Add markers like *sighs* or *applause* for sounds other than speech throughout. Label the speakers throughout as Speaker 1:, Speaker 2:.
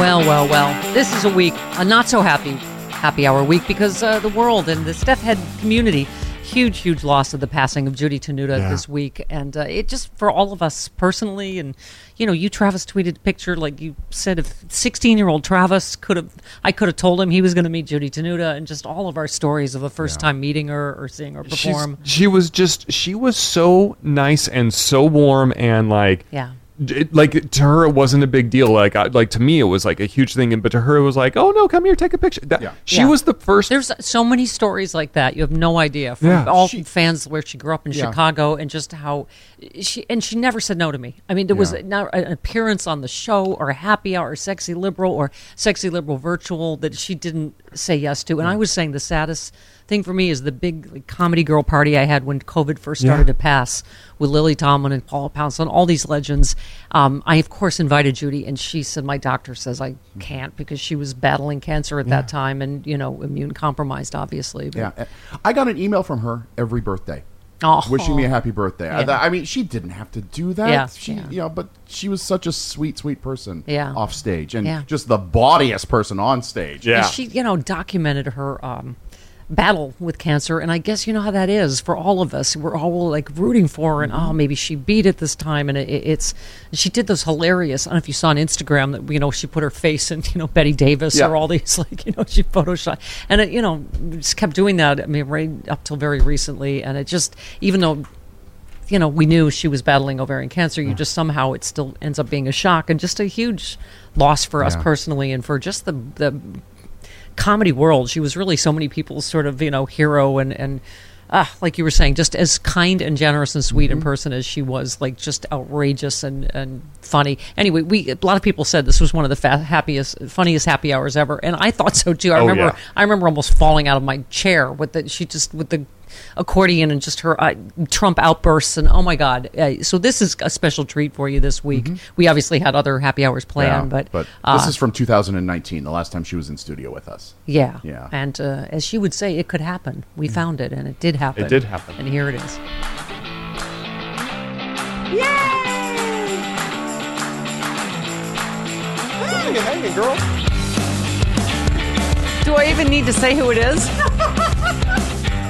Speaker 1: Well, well, well. This is a week, a not so happy happy hour week because uh, the world and the Steph Head community, huge, huge loss of the passing of Judy Tenuta
Speaker 2: Yeah.
Speaker 1: this week, and uh, it just for all of us personally, and you know, you Travis tweeted a picture like you said if sixteen year old Travis could have, I could have told him he was going to meet Judy Tenuta, and just all of our stories of the first time meeting her or seeing her
Speaker 2: She's-
Speaker 1: perform.
Speaker 2: she was just she was so nice and so warm and like
Speaker 1: Yeah.
Speaker 2: d- it- like to her it wasn't a big deal like I, like to me it was like a huge thing and but to her it was like oh no come here take a picture that, she
Speaker 1: Yeah.
Speaker 2: was the first
Speaker 1: There's so many stories like that. You have no idea from
Speaker 2: Yeah.
Speaker 1: all
Speaker 2: She-
Speaker 1: fans where she grew up in
Speaker 3: Yeah.
Speaker 1: Chicago and just how she and she never said no to me. I mean, there was
Speaker 2: Yeah.
Speaker 1: not an appearance on the show or a happy hour or sexy liberal or sexy liberal virtual that she didn't say yes to. And I was saying the saddest thing for me is the big like, comedy girl party I had when COVID first started to pass with Lily Tomlin and Paul Poundstone, all these legends. Um, I of course invited Judy, and she said my doctor says I can't because she was battling cancer at that time and you know immune compromised, obviously. But
Speaker 3: Yeah, uh, I got an email from her every birthday,
Speaker 1: Oh.
Speaker 3: wishing me a happy birthday. I-
Speaker 1: Yeah.
Speaker 3: I, mean, she didn't have to do that.
Speaker 1: Yeah,
Speaker 3: she,
Speaker 1: yeah.
Speaker 3: you know, but she was such a sweet, sweet person.
Speaker 1: Yeah.
Speaker 3: off stage and
Speaker 1: Yeah.
Speaker 3: just the bawdiest person on stage.
Speaker 2: Yeah.
Speaker 1: And she, you know, documented her um, battle with cancer. And I guess you know how that is for all of us. We're all like rooting for her, and oh, maybe she beat it this time. And it, it's she did those hilarious. I don't know if you saw on Instagram that you know she put her face in *laughs* you know Betty Davis
Speaker 3: Yeah.
Speaker 1: or all these *laughs* like you know she photoshopped, and it, you know just kept doing that. I mean, right up till very recently, and it just even though you know, we knew she was battling ovarian cancer.
Speaker 2: Mm.
Speaker 1: You just somehow it still ends up being a shock and just a huge loss for us personally and for just the the comedy world. She was really so many people's sort of you know hero and and uh, like you were saying, just as kind and generous and sweet
Speaker 2: Mm-hmm.
Speaker 1: in person as she was, like just outrageous and and funny. Anyway, we a lot of people said this was one of the fa- happiest, funniest happy hours ever, and I thought so too. I
Speaker 2: Oh,
Speaker 1: remember
Speaker 2: yeah.
Speaker 1: I remember almost falling out of my chair with the she just with the accordion and just her uh, Trump outbursts and oh my god! Uh, so this is a special treat for you this week. We obviously had other happy hours
Speaker 3: Mm-hmm. Yeah,
Speaker 1: planned, but
Speaker 3: but
Speaker 1: uh,
Speaker 3: this is from 2019, the last time she was in studio with us.
Speaker 1: yeah,
Speaker 3: Yeah. Mm-hmm.
Speaker 1: And uh, as she would say, it could happen. We found it, and it did happen.
Speaker 2: did happen.
Speaker 1: and here it is. Do I even need to say who
Speaker 4: *laughs*
Speaker 1: it is?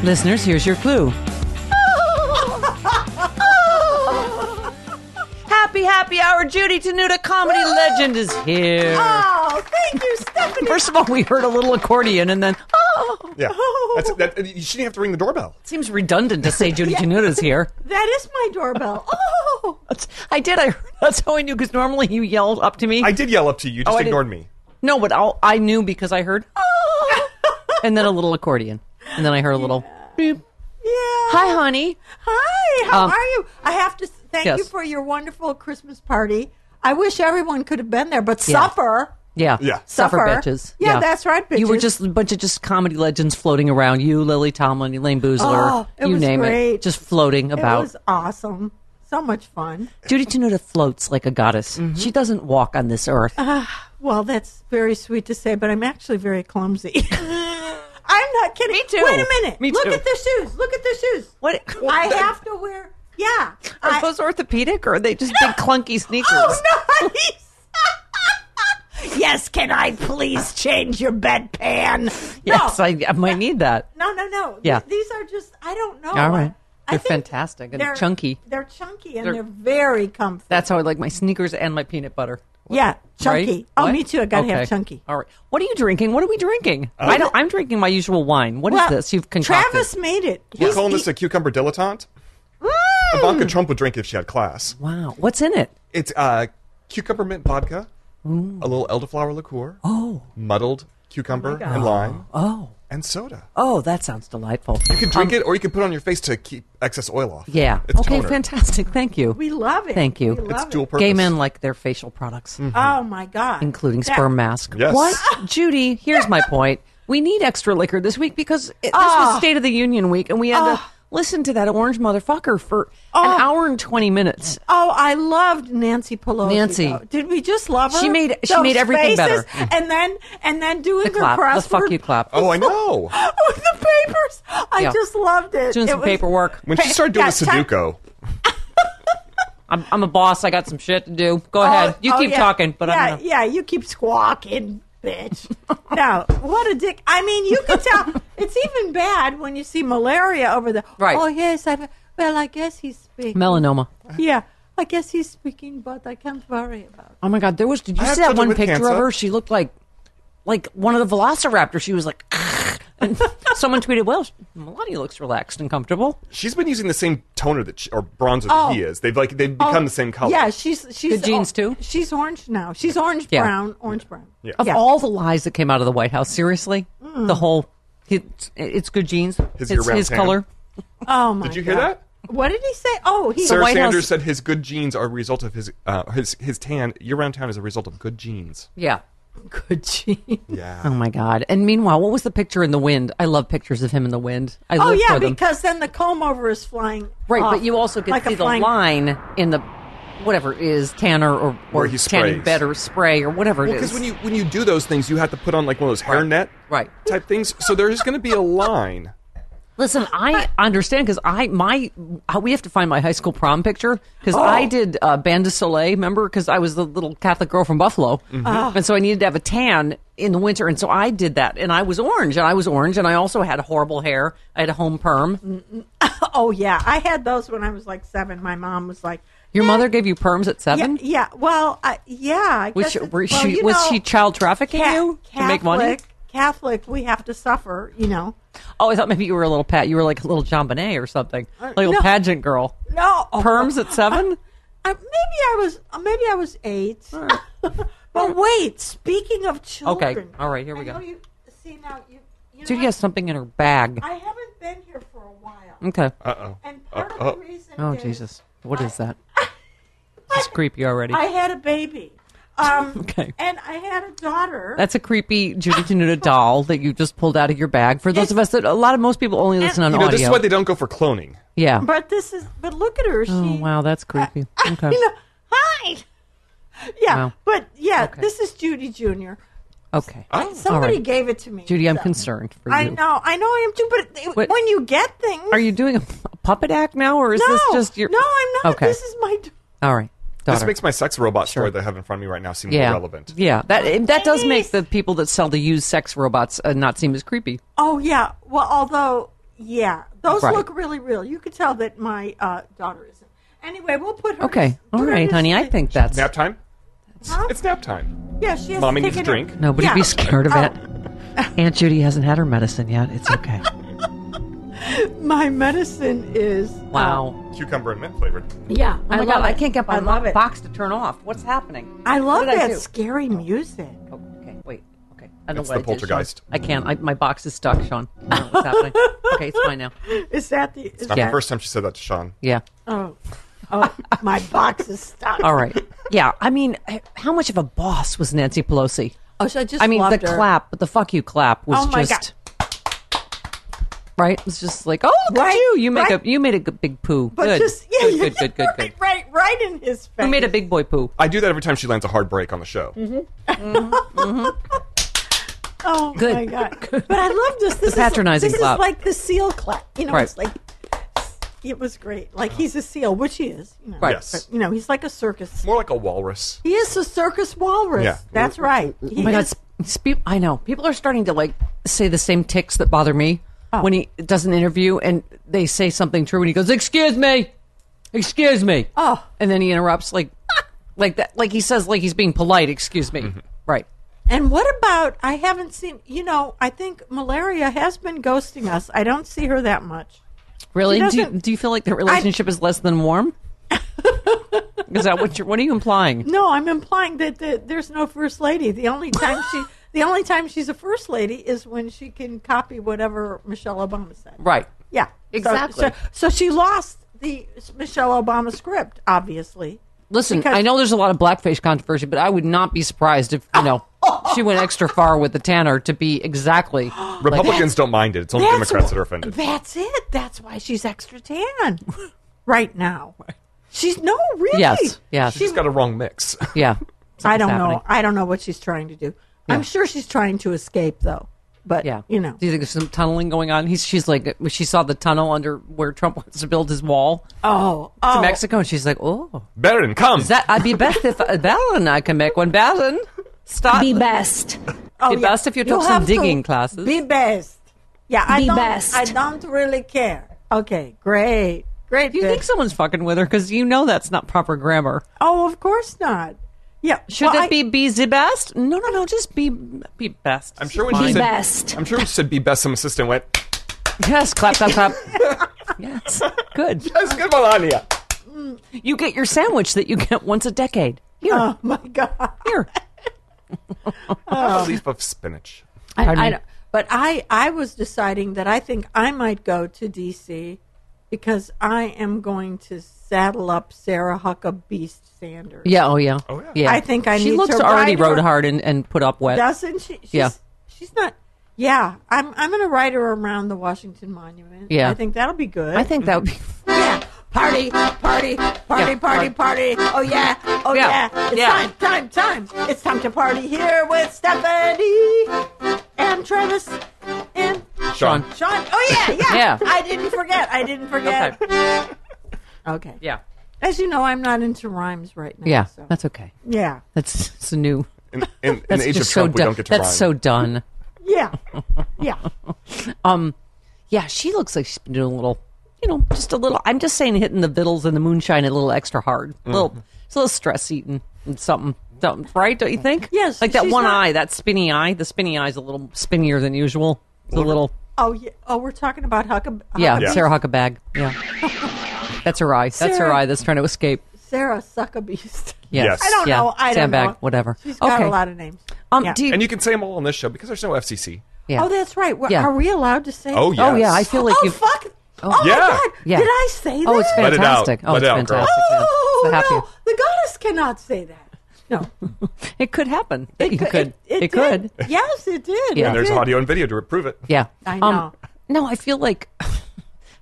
Speaker 1: Listeners, here's your clue. Happy, happy hour. Judy Tenuta, comedy legend, is here.
Speaker 4: Oh, thank you, Stephanie.
Speaker 1: First of all, we heard a little accordion, and then, oh,
Speaker 5: Yeah. That's, that, you shouldn't have to ring the doorbell.
Speaker 1: seems redundant
Speaker 4: *laughs*
Speaker 1: to say Judy Tenuta's here.
Speaker 4: That is my
Speaker 1: *laughs*
Speaker 4: doorbell. Oh,
Speaker 1: That's, I did. I *laughs* that's how I knew because normally you yelled up to me.
Speaker 5: I did yell up to you. You
Speaker 1: Oh,
Speaker 5: just
Speaker 1: I did-
Speaker 5: ignored me.
Speaker 1: no, but I'll, I knew because I heard
Speaker 4: oh.
Speaker 1: and then a little accordion, and then I heard a little. Beep.
Speaker 4: yeah.
Speaker 1: Hi, honey.
Speaker 4: Hi, how
Speaker 1: Um,
Speaker 4: are you? I have to s- thank
Speaker 1: yes.
Speaker 4: you for your wonderful Christmas party. I wish everyone could have been there, but
Speaker 1: Yeah.
Speaker 4: suffer.
Speaker 1: Yeah.
Speaker 5: Yeah.
Speaker 1: Suffer,
Speaker 4: Suffer.
Speaker 1: bitches.
Speaker 4: Yeah, that's right,
Speaker 1: You were
Speaker 4: bitches.
Speaker 1: just a bunch of just comedy legends floating around. You, Lily Tomlin, Elaine Boozler,
Speaker 4: Oh, it
Speaker 1: you
Speaker 4: was
Speaker 1: name it.
Speaker 4: great.
Speaker 1: Just floating
Speaker 4: It
Speaker 1: about.
Speaker 4: was awesome. So much fun.
Speaker 1: Judy Tenuta floats like a goddess.
Speaker 4: Mm-hmm.
Speaker 1: She doesn't walk on this earth.
Speaker 4: Uh-huh. Well, that's very sweet to say, but I'm actually very clumsy. *laughs* I'm not kidding. Me
Speaker 1: too.
Speaker 4: Wait a minute.
Speaker 1: Me
Speaker 4: Look
Speaker 1: too.
Speaker 4: at the shoes. Look at the shoes.
Speaker 1: What-
Speaker 4: I have to wear. Yeah. I-
Speaker 1: orthopedic or are they just big clunky sneakers?
Speaker 4: Oh, *laughs* nice. *laughs* Yes, can I please change your bedpan?
Speaker 1: Yes,
Speaker 4: no,
Speaker 1: I, I might need that.
Speaker 4: no, no, no.
Speaker 1: Yeah.
Speaker 4: Th- these are just I don't know.
Speaker 1: All right.
Speaker 4: I
Speaker 1: They're
Speaker 4: think
Speaker 1: fantastic and chunky.
Speaker 4: They're chunky and
Speaker 1: They're-
Speaker 4: they're, very comfy.
Speaker 1: That's how I like my sneakers and my peanut butter.
Speaker 4: yeah, chunky.
Speaker 1: Right?
Speaker 4: Oh,
Speaker 1: What?
Speaker 4: me too. I gotta
Speaker 1: Okay.
Speaker 4: have chunky. Uh,
Speaker 1: All right. What are you drinking? What are we drinking? I don't, I'm drinking my usual wine. What is
Speaker 4: Well,
Speaker 1: this you've concocted?
Speaker 4: Travis made it.
Speaker 5: We're
Speaker 4: He's-
Speaker 5: calling
Speaker 4: he-
Speaker 5: this a cucumber dilettante.
Speaker 1: Hmm.
Speaker 4: Mm.
Speaker 5: Ivanka Trump would drink if she had class.
Speaker 1: Wow. What's in it?
Speaker 5: It's uh, cucumber mint vodka, a little elderflower liqueur, oh, muddled cucumber and lime,
Speaker 1: Oh.
Speaker 5: and soda.
Speaker 1: Oh, that sounds delightful. Um,
Speaker 5: You can drink it, or you can put it on your face to keep excess oil off.
Speaker 1: Yeah.
Speaker 5: It's
Speaker 1: okay,
Speaker 5: toner.
Speaker 1: fantastic. Thank you.
Speaker 4: We love it.
Speaker 1: Thank you.
Speaker 4: We
Speaker 1: It's
Speaker 5: It's
Speaker 4: love
Speaker 5: dual
Speaker 4: it.
Speaker 5: purpose.
Speaker 1: Gay men like their facial products,
Speaker 4: Oh my god.
Speaker 1: including
Speaker 4: That-
Speaker 1: sperm mask.
Speaker 5: Mm. Yes.
Speaker 1: What?
Speaker 4: *laughs*
Speaker 1: Judy, here's my point. We need extra liquor this week because it, this
Speaker 4: Ah.
Speaker 1: was State of the Union week and we had to listen to that orange motherfucker for
Speaker 4: Ah.
Speaker 1: an hour and 20 minutes.
Speaker 4: Oh, I loved Nancy Pelosi.
Speaker 1: Nancy.
Speaker 4: though. did we just love her?
Speaker 1: She made- she
Speaker 4: Those
Speaker 1: made everything
Speaker 4: faces,
Speaker 1: better.
Speaker 4: And then and then doing
Speaker 1: The
Speaker 4: her
Speaker 1: clap,
Speaker 4: crossword.
Speaker 1: the fuck you clap.
Speaker 5: Oh, I
Speaker 1: *laughs*
Speaker 5: know.
Speaker 4: *laughs* with the papers. I
Speaker 1: Yeah.
Speaker 4: just loved it.
Speaker 1: Doing
Speaker 4: It
Speaker 1: some
Speaker 4: was-
Speaker 1: paperwork.
Speaker 5: When she started doing
Speaker 4: Yeah,
Speaker 5: the
Speaker 4: time-
Speaker 5: Sudoku,
Speaker 1: I'm, I'm a boss. I got some shit to do. Go
Speaker 4: Oh,
Speaker 1: ahead. You
Speaker 4: oh,
Speaker 1: keep
Speaker 4: yeah.
Speaker 1: talking, but
Speaker 4: yeah,
Speaker 1: I'm gonna...
Speaker 4: yeah, you keep squawking,
Speaker 1: *laughs*
Speaker 4: bitch. no, what a dick. I mean, you can tell it's even bad when you see malaria over the.
Speaker 1: Right.
Speaker 4: Oh yes, I. Well, I guess he's speaking.
Speaker 1: melanoma.
Speaker 4: Yeah, I guess he's speaking, but I can't worry about. it.
Speaker 1: Oh my God! There was. Did you
Speaker 5: I have
Speaker 1: see that
Speaker 5: children
Speaker 1: one
Speaker 5: with
Speaker 1: picture of
Speaker 5: cancer.
Speaker 1: her? She looked like, like one of the Velociraptors. She was like, *laughs* and someone tweeted, "Well, Melania looks relaxed and comfortable."
Speaker 5: she's been using the same toner that she, or bronzer
Speaker 4: Oh.
Speaker 5: that he is. They've like they've
Speaker 1: Oh.
Speaker 5: become the same color.
Speaker 4: Yeah, she's she's
Speaker 1: Good genes, too?
Speaker 4: She's orange now. She's orange
Speaker 1: Yeah.
Speaker 4: brown, orange brown. Yeah. Mm.
Speaker 1: Of all the lies that came out of the White House, seriously, the whole it's, it's good genes.
Speaker 5: His
Speaker 1: it's
Speaker 5: year-round
Speaker 1: his
Speaker 5: tan.
Speaker 1: color.
Speaker 4: oh my
Speaker 5: Did you hear
Speaker 4: God.
Speaker 5: that?
Speaker 4: What did he say? Oh, he
Speaker 5: Sarah
Speaker 1: White
Speaker 5: Sanders
Speaker 1: House-
Speaker 5: said his good genes are a result of his uh, his his tan year round tan is a result of good genes.
Speaker 1: Yeah.
Speaker 4: good gene. *laughs*
Speaker 5: Yeah.
Speaker 1: Oh my God! And meanwhile, what was the picture in the wind? I love pictures of him in the wind. I
Speaker 4: Oh
Speaker 1: live
Speaker 4: yeah,
Speaker 1: for them.
Speaker 4: because then the comb over is flying.
Speaker 1: right,
Speaker 4: off,
Speaker 1: but you also can
Speaker 4: Oh, like a
Speaker 1: see the
Speaker 4: flying-
Speaker 1: line in the whatever it is tanner or or
Speaker 5: Where he
Speaker 1: tanning
Speaker 5: sprays.
Speaker 1: bed or spray or whatever it
Speaker 5: Because
Speaker 1: is.
Speaker 5: when you when you do those things, you have to put on like one of those hairnet
Speaker 1: Right.
Speaker 5: type things. So there's going to be a line.
Speaker 1: Listen,
Speaker 4: *gasps*
Speaker 1: I understand because I my uh, we have to find my high school prom picture because
Speaker 4: Oh.
Speaker 1: I did uh, Band de Soleil, remember? Because I was the little Catholic girl from Buffalo,
Speaker 4: Mm-hmm. Oh.
Speaker 1: and so I needed to have a tan in the winter, and so I did that, and I was orange, and I was orange, and I also had horrible hair. I had a home perm.
Speaker 4: Oh yeah, I had those when I was like seven. My mom was like,
Speaker 1: Your
Speaker 4: "Eh,
Speaker 1: mother gave you perms at
Speaker 4: Yeah,
Speaker 1: seven.
Speaker 4: yeah. Well, I yeah. I
Speaker 1: Was
Speaker 4: guess
Speaker 1: she,
Speaker 4: it-
Speaker 1: were
Speaker 4: well,
Speaker 1: she-
Speaker 4: you
Speaker 1: was
Speaker 4: know,
Speaker 1: she child trafficking
Speaker 4: Ca-
Speaker 1: you to make money?
Speaker 4: Catholic- Catholic, we have to suffer. You know.
Speaker 1: Oh, I thought maybe you were a little pat. You were like a little John Bonet or something, like a little
Speaker 4: Uh, no. Oh.
Speaker 1: pageant girl.
Speaker 4: No
Speaker 1: Perms
Speaker 4: *laughs*
Speaker 1: at seven?
Speaker 4: I, maybe I was. uh, Maybe I was eight. *laughs* but wait, speaking of children.
Speaker 1: all right, here we
Speaker 4: I
Speaker 1: go.
Speaker 4: know you- see now you. you
Speaker 1: Dude,
Speaker 4: know,
Speaker 1: you has something in her bag.
Speaker 4: I haven't been here for a while,
Speaker 1: Okay.
Speaker 5: Uh oh.
Speaker 4: and part
Speaker 5: Uh,
Speaker 4: of
Speaker 5: oh.
Speaker 4: the reason.
Speaker 1: Oh
Speaker 4: is
Speaker 1: Jesus! What
Speaker 4: *laughs*
Speaker 1: is that? It's creepy already.
Speaker 4: I had a baby. Um,
Speaker 1: *laughs* Okay.
Speaker 4: And I had a daughter.
Speaker 1: That's a creepy Judy Tenuta doll that you just pulled out of your bag. For those of us that a lot of most people only listen on
Speaker 5: You know,
Speaker 1: audio.
Speaker 5: this is why they don't go for cloning.
Speaker 1: yeah.
Speaker 4: But this is. But look at her. She.
Speaker 1: Oh
Speaker 4: *laughs*
Speaker 1: wow, that's creepy. Okay.
Speaker 4: You know, hi. Yeah,
Speaker 1: Wow.
Speaker 4: but yeah,
Speaker 1: Okay.
Speaker 4: this is Judy Jr.
Speaker 1: Okay.
Speaker 4: I- Somebody
Speaker 1: right.
Speaker 4: gave it to me.
Speaker 1: Judy, I'm
Speaker 4: so-
Speaker 1: concerned for you.
Speaker 4: I know, I know, I am too. But it,
Speaker 1: What-
Speaker 4: when you get things,
Speaker 1: Are you doing a, a puppet act now, or is
Speaker 4: no,
Speaker 1: this just your?
Speaker 4: no, I'm not.
Speaker 1: Okay.
Speaker 4: This is my. d-
Speaker 1: All right. Daughter.
Speaker 5: This makes my sex robot story that I have in front of me right now seem
Speaker 1: yeah.
Speaker 5: more relevant.
Speaker 1: Yeah. That it- that does make the people that sell the used sex robots uh, not seem as creepy.
Speaker 4: Oh yeah. Well, although yeah, those
Speaker 1: Right.
Speaker 4: look really real. You could tell that my uh, daughter isn't. Anyway, we'll put her.
Speaker 1: Okay. All
Speaker 4: put her
Speaker 1: right,
Speaker 4: to
Speaker 1: honey. I
Speaker 4: sleep.
Speaker 1: think that's
Speaker 5: Nap time?
Speaker 4: Huh?
Speaker 5: It's nap time.
Speaker 4: yeah. She has
Speaker 5: Mommy
Speaker 4: to
Speaker 5: needs a
Speaker 4: take it
Speaker 5: drink.
Speaker 4: out.
Speaker 1: Nobody
Speaker 4: Yeah.
Speaker 1: be scared of
Speaker 4: Oh.
Speaker 1: it. Aunt Judy hasn't had her medicine yet. It's okay.
Speaker 4: My medicine is
Speaker 1: *laughs*
Speaker 4: uh,
Speaker 1: wow.
Speaker 5: Cucumber and mint flavored.
Speaker 4: yeah.
Speaker 1: Oh my god, I can't get my
Speaker 4: I love it.
Speaker 1: box to turn off. What's happening?
Speaker 4: I love
Speaker 1: What did I
Speaker 4: that
Speaker 1: do?
Speaker 4: scary music.
Speaker 1: Oh, okay, wait. Okay. I don't know
Speaker 5: It's the
Speaker 1: what I did, Sean.
Speaker 5: poltergeist.
Speaker 1: I can't. I, my box is stuck, Sean. I don't know
Speaker 4: *laughs*
Speaker 1: what's happening. Okay, it's fine now.
Speaker 4: Is that the? Is
Speaker 5: Not
Speaker 1: Yeah.
Speaker 5: the first time she said that to Sean.
Speaker 1: Yeah.
Speaker 4: Oh, oh, my box is stuck.
Speaker 1: All right. Yeah. I mean, h- how much of a boss was Nancy Pelosi?
Speaker 4: Oh, so I just.
Speaker 1: I mean, the
Speaker 4: loved her.
Speaker 1: clap, the fuck you clap was
Speaker 4: Oh my
Speaker 1: just right. It's just like, oh, look
Speaker 4: Right,
Speaker 1: at you. You make
Speaker 4: right.
Speaker 1: a you made a g- big poo.
Speaker 4: But
Speaker 1: good.
Speaker 4: just yeah,
Speaker 1: good,
Speaker 4: yeah, Oh
Speaker 1: good, good, good, good.
Speaker 4: right, right, right in his face.
Speaker 1: Who made a big boy poo?
Speaker 5: I do that every time she lands a hard break on the show.
Speaker 1: Mm-hmm.
Speaker 4: Oh
Speaker 1: Good.
Speaker 4: my god! But I love this. This
Speaker 1: patronizing
Speaker 4: is, this
Speaker 1: clap.
Speaker 4: is like the seal clap. You know,
Speaker 1: Right.
Speaker 4: it's like it was great. Like he's a seal, which he is. You know,
Speaker 1: Right.
Speaker 4: But,
Speaker 5: Yes.
Speaker 4: you know, he's like a circus.
Speaker 5: More like a walrus.
Speaker 4: He is a circus walrus.
Speaker 5: Yeah.
Speaker 4: That's right. He
Speaker 1: Oh my God,
Speaker 4: is-
Speaker 1: sp- spe- I know people are starting to like say the same ticks that bother me
Speaker 4: Oh.
Speaker 1: when he does an interview and they say something true and he goes, "Excuse me, excuse me," oh, and then he interrupts like, *laughs* like that, like he says, like he's being polite. Excuse me,
Speaker 4: Mm-hmm.
Speaker 1: right?
Speaker 4: And what about? I haven't seen. You know, I think malaria has been ghosting us. I don't see her that much. She
Speaker 1: Really? Do you,
Speaker 4: doesn't-
Speaker 1: do you feel like their relationship is less than warm? *laughs* is that what you're? What are you implying?
Speaker 4: No, I'm implying that the, there's no first lady. The only time
Speaker 1: *laughs*
Speaker 4: she, the only time she's a first lady is when she can copy whatever Michelle Obama said.
Speaker 1: Right.
Speaker 4: Yeah. So-
Speaker 1: Exactly.
Speaker 4: So, so she lost the Michelle Obama script, obviously.
Speaker 1: Listen,
Speaker 4: Because-
Speaker 1: I know there's a lot of blackface controversy, but I would not be surprised if you know she went extra far with the Tanner to be *gasps* exactly.
Speaker 5: Republicans don't mind it. It's only Democrats that are offended.
Speaker 4: That's it. That's why she's extra tan *laughs* right now. She's no really.
Speaker 1: Yes, yes.
Speaker 4: She-
Speaker 5: She's got a wrong mix. *laughs*
Speaker 1: Yeah.
Speaker 4: I don't
Speaker 1: happening.
Speaker 4: know. I don't know what she's trying to do. I'm sure she's trying to escape though. But
Speaker 1: Yeah.
Speaker 4: you know.
Speaker 1: Do you think there's some tunneling going on? He's, she's like, she saw the tunnel under where Trump wants to build his wall
Speaker 4: Oh,
Speaker 1: to
Speaker 4: oh.
Speaker 1: Mexico, and she's like, oh,
Speaker 5: Baron, come.
Speaker 1: that I'd be best if a Baron I can make one. Baron, stop.
Speaker 6: Be best.
Speaker 4: Oh,
Speaker 1: Be best if you took
Speaker 4: You'll
Speaker 1: some
Speaker 4: have to
Speaker 1: digging classes.
Speaker 4: Be best. Yeah, I
Speaker 6: Be
Speaker 4: don't.
Speaker 6: best.
Speaker 4: I don't really care. Okay, great, great.
Speaker 1: Do you
Speaker 4: Vic.
Speaker 1: think someone's fucking with her? Because you know that's not proper grammar.
Speaker 4: Oh, of course not. Yeah.
Speaker 1: Should
Speaker 4: well,
Speaker 1: it
Speaker 4: I-
Speaker 1: be be the best? No, no, no. Just be be best.
Speaker 5: I'm sure when she
Speaker 6: Be
Speaker 5: said
Speaker 6: best.
Speaker 5: I'm sure when she said be best, some assistant went,
Speaker 1: Yes, clap,
Speaker 5: *laughs*
Speaker 1: clap, clap. yes, good.
Speaker 5: That's good Melania.
Speaker 1: You get your sandwich that you get once a decade.
Speaker 4: *laughs*
Speaker 1: Here,
Speaker 4: Oh my god.
Speaker 1: here. Oh.
Speaker 5: A leaf of spinach.
Speaker 1: Pardon
Speaker 4: I, I
Speaker 1: me?
Speaker 4: don't- but I, I was deciding that I think I might go to DC because I am going to saddle up Sarah Huckabee Beast Sanders.
Speaker 1: Yeah. Oh, yeah.
Speaker 5: Oh, yeah.
Speaker 4: I think I
Speaker 1: she
Speaker 4: need
Speaker 1: looks
Speaker 4: to
Speaker 1: already
Speaker 4: ride her-
Speaker 1: rode hard and, and put up wet.
Speaker 4: Doesn't she? She's,
Speaker 1: Yeah.
Speaker 4: She's not. Yeah, I'm. I'm going to ride her around the Washington Monument.
Speaker 1: Yeah.
Speaker 4: I think that'll be good.
Speaker 1: I think that would be.
Speaker 4: Yeah. Party, party, party, party, party. Oh yeah, oh
Speaker 1: Yeah.
Speaker 4: yeah. It's
Speaker 1: Yeah.
Speaker 4: time, time, time. It's time to party here with Stephanie and Travis and
Speaker 5: Sean.
Speaker 4: Sean. Oh
Speaker 1: *laughs*
Speaker 4: yeah, yeah.
Speaker 1: Yeah.
Speaker 4: I didn't forget. I didn't forget. Okay.
Speaker 1: Yeah.
Speaker 4: As you know, I'm not into rhymes right now.
Speaker 1: Yeah,
Speaker 4: so-
Speaker 1: that's okay.
Speaker 4: yeah,
Speaker 1: That's it's a new.
Speaker 5: In, in, in
Speaker 1: That's
Speaker 5: the age of
Speaker 1: just so
Speaker 5: Trump, we
Speaker 1: done.
Speaker 5: don't get to
Speaker 1: that's
Speaker 5: rhyme.
Speaker 1: so done.
Speaker 4: yeah, yeah.
Speaker 1: Um, yeah, she looks like she's been doing a little, you know, just a little. I'm just saying, hitting the vittles and the moonshine a little extra hard. A
Speaker 5: Mm-hmm.
Speaker 1: little, it's a little stress eating and something, something, right? Don't you think?
Speaker 4: Yes,
Speaker 1: Like that
Speaker 4: she's
Speaker 1: one
Speaker 4: not-
Speaker 1: eye, that spinny eye. The spinny eye's a little spinnier than usual. It's a little,
Speaker 4: Oh yeah. Oh, we're talking about Huckab-
Speaker 1: yeah,
Speaker 5: Yeah.
Speaker 1: Sarah Huckabag.
Speaker 4: *laughs*
Speaker 1: Yeah, that's her eye. That's her
Speaker 4: Sarah-
Speaker 1: eye that's trying to escape.
Speaker 4: Sarah Suckabeast.
Speaker 1: Yes.
Speaker 5: Yes.
Speaker 4: *laughs* I don't
Speaker 1: yeah.
Speaker 4: know. I
Speaker 1: Sandbag,
Speaker 4: don't know.
Speaker 1: whatever.
Speaker 4: She's got
Speaker 1: Okay.
Speaker 4: a lot of names.
Speaker 1: Um,
Speaker 4: Yeah.
Speaker 1: do you,
Speaker 5: And you can say them all on this show because there's no FCC.
Speaker 1: yeah.
Speaker 4: Oh, that's right. Well,
Speaker 1: Yeah.
Speaker 4: Are we allowed to say?
Speaker 5: Oh,
Speaker 4: that?
Speaker 5: yes.
Speaker 1: Oh, yeah, I feel like
Speaker 4: oh
Speaker 1: you've-
Speaker 4: fuck! Oh, my
Speaker 5: Yeah.
Speaker 4: god!
Speaker 1: Yeah.
Speaker 4: Did I say that?
Speaker 1: Oh, it's
Speaker 5: Let it out.
Speaker 1: fantastic. Oh,
Speaker 5: Let
Speaker 1: it's
Speaker 5: it out, girl.
Speaker 1: fantastic. man.
Speaker 4: Oh,
Speaker 1: It's the happy-
Speaker 4: no, the goddess cannot say that. No,
Speaker 1: *laughs* It could happen. It, could. It,
Speaker 4: did.
Speaker 1: could.
Speaker 4: Yes, it did.
Speaker 1: Yeah.
Speaker 4: It
Speaker 5: And there's
Speaker 4: did.
Speaker 5: audio and video to prove it.
Speaker 1: Yeah.
Speaker 4: I
Speaker 1: Um,
Speaker 4: know.
Speaker 1: no, I feel like *laughs*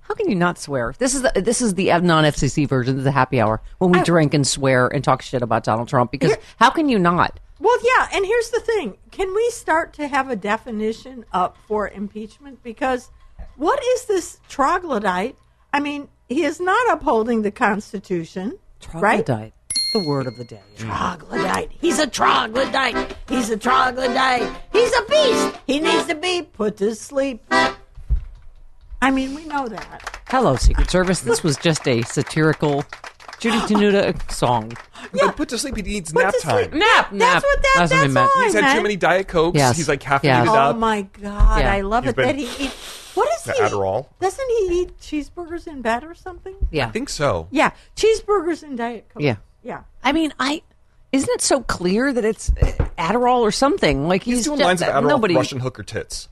Speaker 1: how can you not swear? This is the, this is the non FCC version of the happy hour when we drink and swear and talk shit about Donald Trump because how can you not?
Speaker 4: Well, yeah, and here's the thing: can we start to have a definition up for impeachment? Because what is this troglodyte? I mean, he is not upholding the Constitution, right?
Speaker 1: Troglodyte. The word of the day.
Speaker 4: troglodyte. He's a troglodyte. He's a troglodyte. He's a beast. He needs to be put to sleep. I mean, we know that.
Speaker 1: Hello, Secret Service. This was just a satirical
Speaker 4: *gasps*
Speaker 1: Judy Tenuta song.
Speaker 5: But put to sleep, he needs
Speaker 4: Put
Speaker 5: nap
Speaker 4: to
Speaker 5: time.
Speaker 4: sleep.
Speaker 1: Nap, nap.
Speaker 4: That's what that,
Speaker 1: That's
Speaker 4: that's,
Speaker 1: what he meant.
Speaker 4: all
Speaker 5: He's
Speaker 4: I
Speaker 5: had too
Speaker 4: meant.
Speaker 5: many Diet Cokes.
Speaker 1: Yes.
Speaker 5: He's like caffeinated
Speaker 1: Yes.
Speaker 4: Oh
Speaker 5: up.
Speaker 4: my god!
Speaker 1: Yeah.
Speaker 4: I love
Speaker 5: He's
Speaker 4: it that
Speaker 5: been-
Speaker 4: he eat. What is
Speaker 5: The
Speaker 4: he?
Speaker 5: Adderall.
Speaker 4: Doesn't he eat cheeseburgers in bed or something?
Speaker 1: Yeah.
Speaker 5: I think so.
Speaker 4: Yeah, cheeseburgers and diet coke.
Speaker 1: Yeah.
Speaker 4: yeah.
Speaker 1: I mean, I isn't it so clear that it's Adderall or something? Like he's,
Speaker 5: He's doing
Speaker 1: just-
Speaker 5: lines of Adderall
Speaker 1: nobody,
Speaker 5: with Russian hooker tits.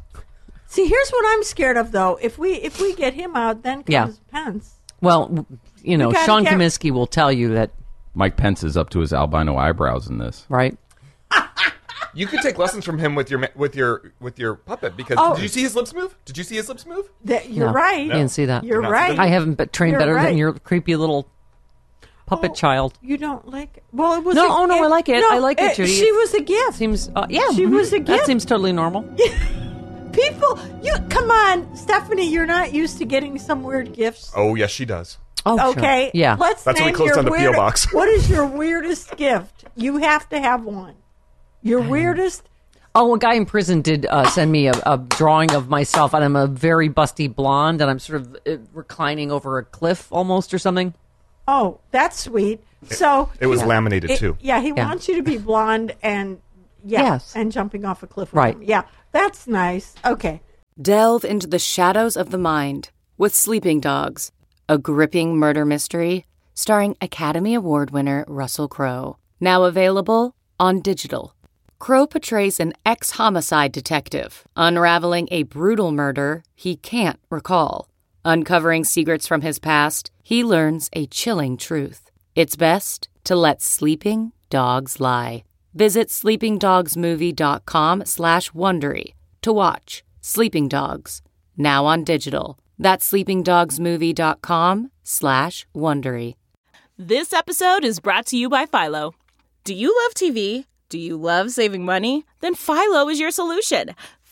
Speaker 4: See, here's what I'm scared of though. If we if we get him out, then comes
Speaker 1: Yeah.
Speaker 4: Pence.
Speaker 1: Well, w- you know,
Speaker 4: You gotta
Speaker 1: Sean
Speaker 4: get-
Speaker 1: Kaminsky will tell you that,
Speaker 7: Mike Pence is up to his albino eyebrows in this.
Speaker 1: right?
Speaker 5: You could take lessons from him with your ma- with your with your puppet because
Speaker 4: Oh.
Speaker 5: did you see his lips move? Did you see his lips move?
Speaker 4: That you're
Speaker 1: No,
Speaker 4: right.
Speaker 1: I didn't see that.
Speaker 4: You're
Speaker 5: Not
Speaker 4: right.
Speaker 1: I haven't been trained
Speaker 4: You're
Speaker 1: better than
Speaker 4: right.
Speaker 1: your creepy little puppet
Speaker 4: Oh,
Speaker 1: child.
Speaker 4: You don't like it. Well, it was
Speaker 1: No,
Speaker 4: a-
Speaker 1: oh, no, I like it. I like it, Judy.
Speaker 4: She was a gift.
Speaker 1: Seems, uh, yeah,
Speaker 4: She was a
Speaker 1: That
Speaker 4: gift.
Speaker 1: seems totally normal.
Speaker 4: People *laughs* people, you come on, Stephanie. You're not used to getting some weird gifts.
Speaker 5: Oh, yes, she does.
Speaker 1: Oh, sure.
Speaker 4: Okay.
Speaker 1: Yeah.
Speaker 4: Let's
Speaker 5: That's when we
Speaker 4: name
Speaker 5: closed
Speaker 4: your
Speaker 5: down the P.O.
Speaker 4: weird-
Speaker 5: box.
Speaker 4: *laughs* what is your weirdest gift? You have to have one. Your weirdest.
Speaker 1: Oh, a guy in prison did uh, send me a, a drawing of myself, and I'm a very busty blonde, and I'm sort of uh, reclining over a cliff almost or something.
Speaker 4: Oh, that's sweet. So
Speaker 5: It was laminated
Speaker 4: it-
Speaker 5: too.
Speaker 4: Yeah, he
Speaker 1: Yeah.
Speaker 4: wants you to be blonde and yeah,
Speaker 1: Yes.
Speaker 4: and jumping off a cliff. with
Speaker 1: Right.
Speaker 4: him. Yeah, that's nice. Okay.
Speaker 6: Delve into the shadows of the mind with Sleeping Dogs, a gripping murder mystery starring Academy Award winner Russell Crowe. Now available on digital. Crowe portrays an ex homicide detective unraveling a brutal murder he can't recall. Uncovering secrets from his past, he learns a chilling truth. It's best to let sleeping dogs lie. Visit sleepingdogsmovie.com slash Wondery to watch Sleeping Dogs, now on digital. That's sleepingdogsmovie.com slash Wondery.
Speaker 8: This episode is brought to you by Philo. Do you love TV? Do you love saving money? Then Philo is your solution.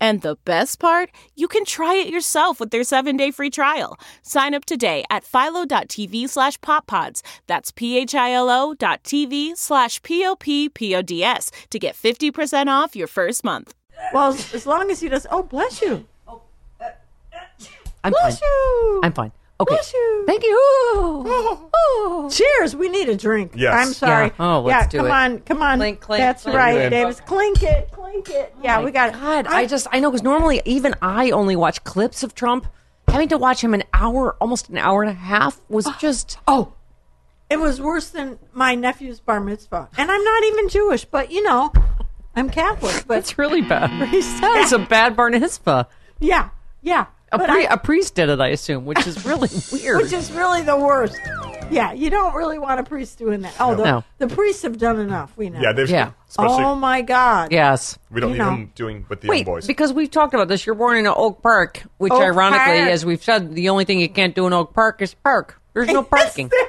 Speaker 8: And the best part, you can try it yourself with their 7-day free trial. Sign up today at philo.tv slash poppods. That's p-h-i-l-o dot tv slash p-o-p-p-o-d-s to get 50% off your first month.
Speaker 4: Well, as, as long as he does. Oh, bless you.
Speaker 1: I'm
Speaker 4: Bless
Speaker 1: fine.
Speaker 4: you.
Speaker 1: I'm fine. Okay.
Speaker 4: Bless you.
Speaker 1: Thank
Speaker 4: *laughs*
Speaker 1: you. Oh.
Speaker 4: Cheers. We need a drink.
Speaker 5: Yes.
Speaker 4: I'm sorry.
Speaker 1: Yeah. Oh, let's
Speaker 4: Yeah,
Speaker 1: do
Speaker 4: come
Speaker 1: it.
Speaker 4: on. Come on.
Speaker 1: Clink, clink,
Speaker 4: That's
Speaker 1: clink.
Speaker 4: right,
Speaker 5: Clink.
Speaker 4: Davis. Clink it. Clink it. Yeah, we got it.
Speaker 1: Oh God, I just I know because normally even I only watch clips of Trump. Having to watch him an hour, almost an hour and a half,
Speaker 4: *gasps*
Speaker 1: was just
Speaker 4: Oh, it was worse than my nephew's bar mitzvah, and I'm not even Jewish, but you know, I'm Catholic. But
Speaker 1: it's really *laughs* bad.
Speaker 4: that
Speaker 1: It's a bad bar mitzvah.
Speaker 4: yeah, yeah.
Speaker 1: A,
Speaker 4: But
Speaker 1: pri-
Speaker 4: I-
Speaker 1: a priest did it, I assume, *laughs* which is really weird.
Speaker 4: which is really the worst. Yeah, you don't really want a priest doing that. Oh, the,
Speaker 1: No.
Speaker 4: the priests have done enough. We know.
Speaker 5: Yeah, they've
Speaker 1: Yeah.
Speaker 5: especially
Speaker 4: Oh my God.
Speaker 1: yes.
Speaker 5: we don't
Speaker 4: you
Speaker 5: need
Speaker 4: know.
Speaker 5: him doing with the young
Speaker 1: Wait,
Speaker 5: boys.
Speaker 1: because we've talked about this. You're born in Oak Park, which
Speaker 4: Oak
Speaker 1: ironically,
Speaker 4: Park.
Speaker 1: as we've said, the only thing you can't do in Oak Park is park. There's *laughs* no parking.
Speaker 4: *laughs*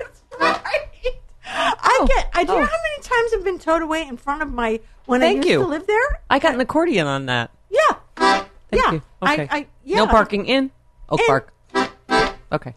Speaker 4: Yes,
Speaker 1: Oh,
Speaker 4: that's right. I get. I do you know how many times I've been towed away in front of my when I
Speaker 1: Thank
Speaker 4: used
Speaker 1: you.
Speaker 4: to live there.
Speaker 1: I got an accordion on that.
Speaker 4: Yeah.
Speaker 1: Thank
Speaker 4: yeah.
Speaker 1: you.
Speaker 4: I,
Speaker 1: Okay.
Speaker 4: I, yeah.
Speaker 1: No parking in Oak
Speaker 4: In-
Speaker 1: Park. Okay.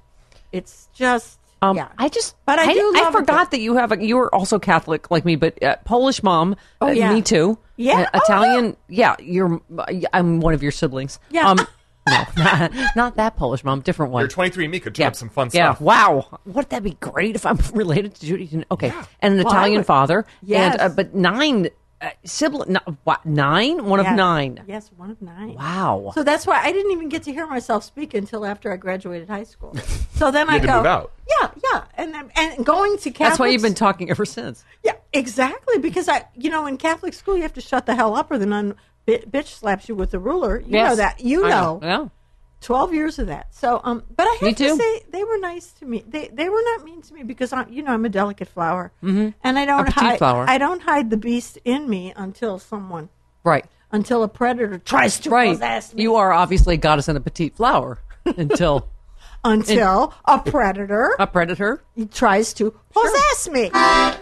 Speaker 4: It's just.
Speaker 1: Um,
Speaker 4: yeah.
Speaker 1: I just,
Speaker 4: But I do love a
Speaker 1: forgot
Speaker 4: good-
Speaker 1: that you have. A, you were also Catholic like me, but uh, Polish mom. Oh
Speaker 4: yeah.
Speaker 1: me too.
Speaker 4: Yeah.
Speaker 1: Uh,
Speaker 4: Oh,
Speaker 1: Italian. yeah. you're. uh, I'm one of your siblings.
Speaker 4: Yeah. *laughs*
Speaker 1: Um, no, not that Polish mom. Different one.
Speaker 5: You're 23 and me could
Speaker 1: yeah.
Speaker 5: have some fun
Speaker 1: yeah.
Speaker 5: stuff.
Speaker 1: Wow. Wouldn't that be great if I'm *laughs* related to Judy? Okay. And an
Speaker 4: Well, I
Speaker 1: Italian
Speaker 4: would-
Speaker 1: father.
Speaker 4: Yes.
Speaker 1: And, uh, but nine uh, sibling. No, what? Nine. One
Speaker 4: yes.
Speaker 1: of nine.
Speaker 4: Yes, one of nine.
Speaker 1: Wow.
Speaker 4: So that's why I didn't even get to hear myself speak until after I graduated high
Speaker 1: *laughs*
Speaker 4: school. So then I
Speaker 5: had to
Speaker 4: go,
Speaker 5: move out.
Speaker 4: yeah, yeah, and then- and going to Catholic.
Speaker 1: That's why you've been talking ever since.
Speaker 4: Yeah, exactly. Because I, you know, in Catholic school, you have to shut the hell up, or the nun bi- bitch slaps you with a ruler. You know
Speaker 1: Yes.
Speaker 4: that. You
Speaker 1: I
Speaker 4: know,
Speaker 1: Yeah.
Speaker 4: twelve years of that. So, um, but I have
Speaker 1: Me
Speaker 4: to
Speaker 1: too.
Speaker 4: say they were nice to me. They they were not mean to me because I, you know, I'm a delicate flower, mm-hmm. and I don't
Speaker 1: petite
Speaker 4: hide.
Speaker 1: flower.
Speaker 4: I don't hide the beast in me until someone,
Speaker 1: Right.
Speaker 4: until a predator tries to
Speaker 1: Right.
Speaker 4: possess me.
Speaker 1: You are obviously goddess and a petite flower until
Speaker 4: until a predator
Speaker 1: a predator.
Speaker 4: he tries to possess me.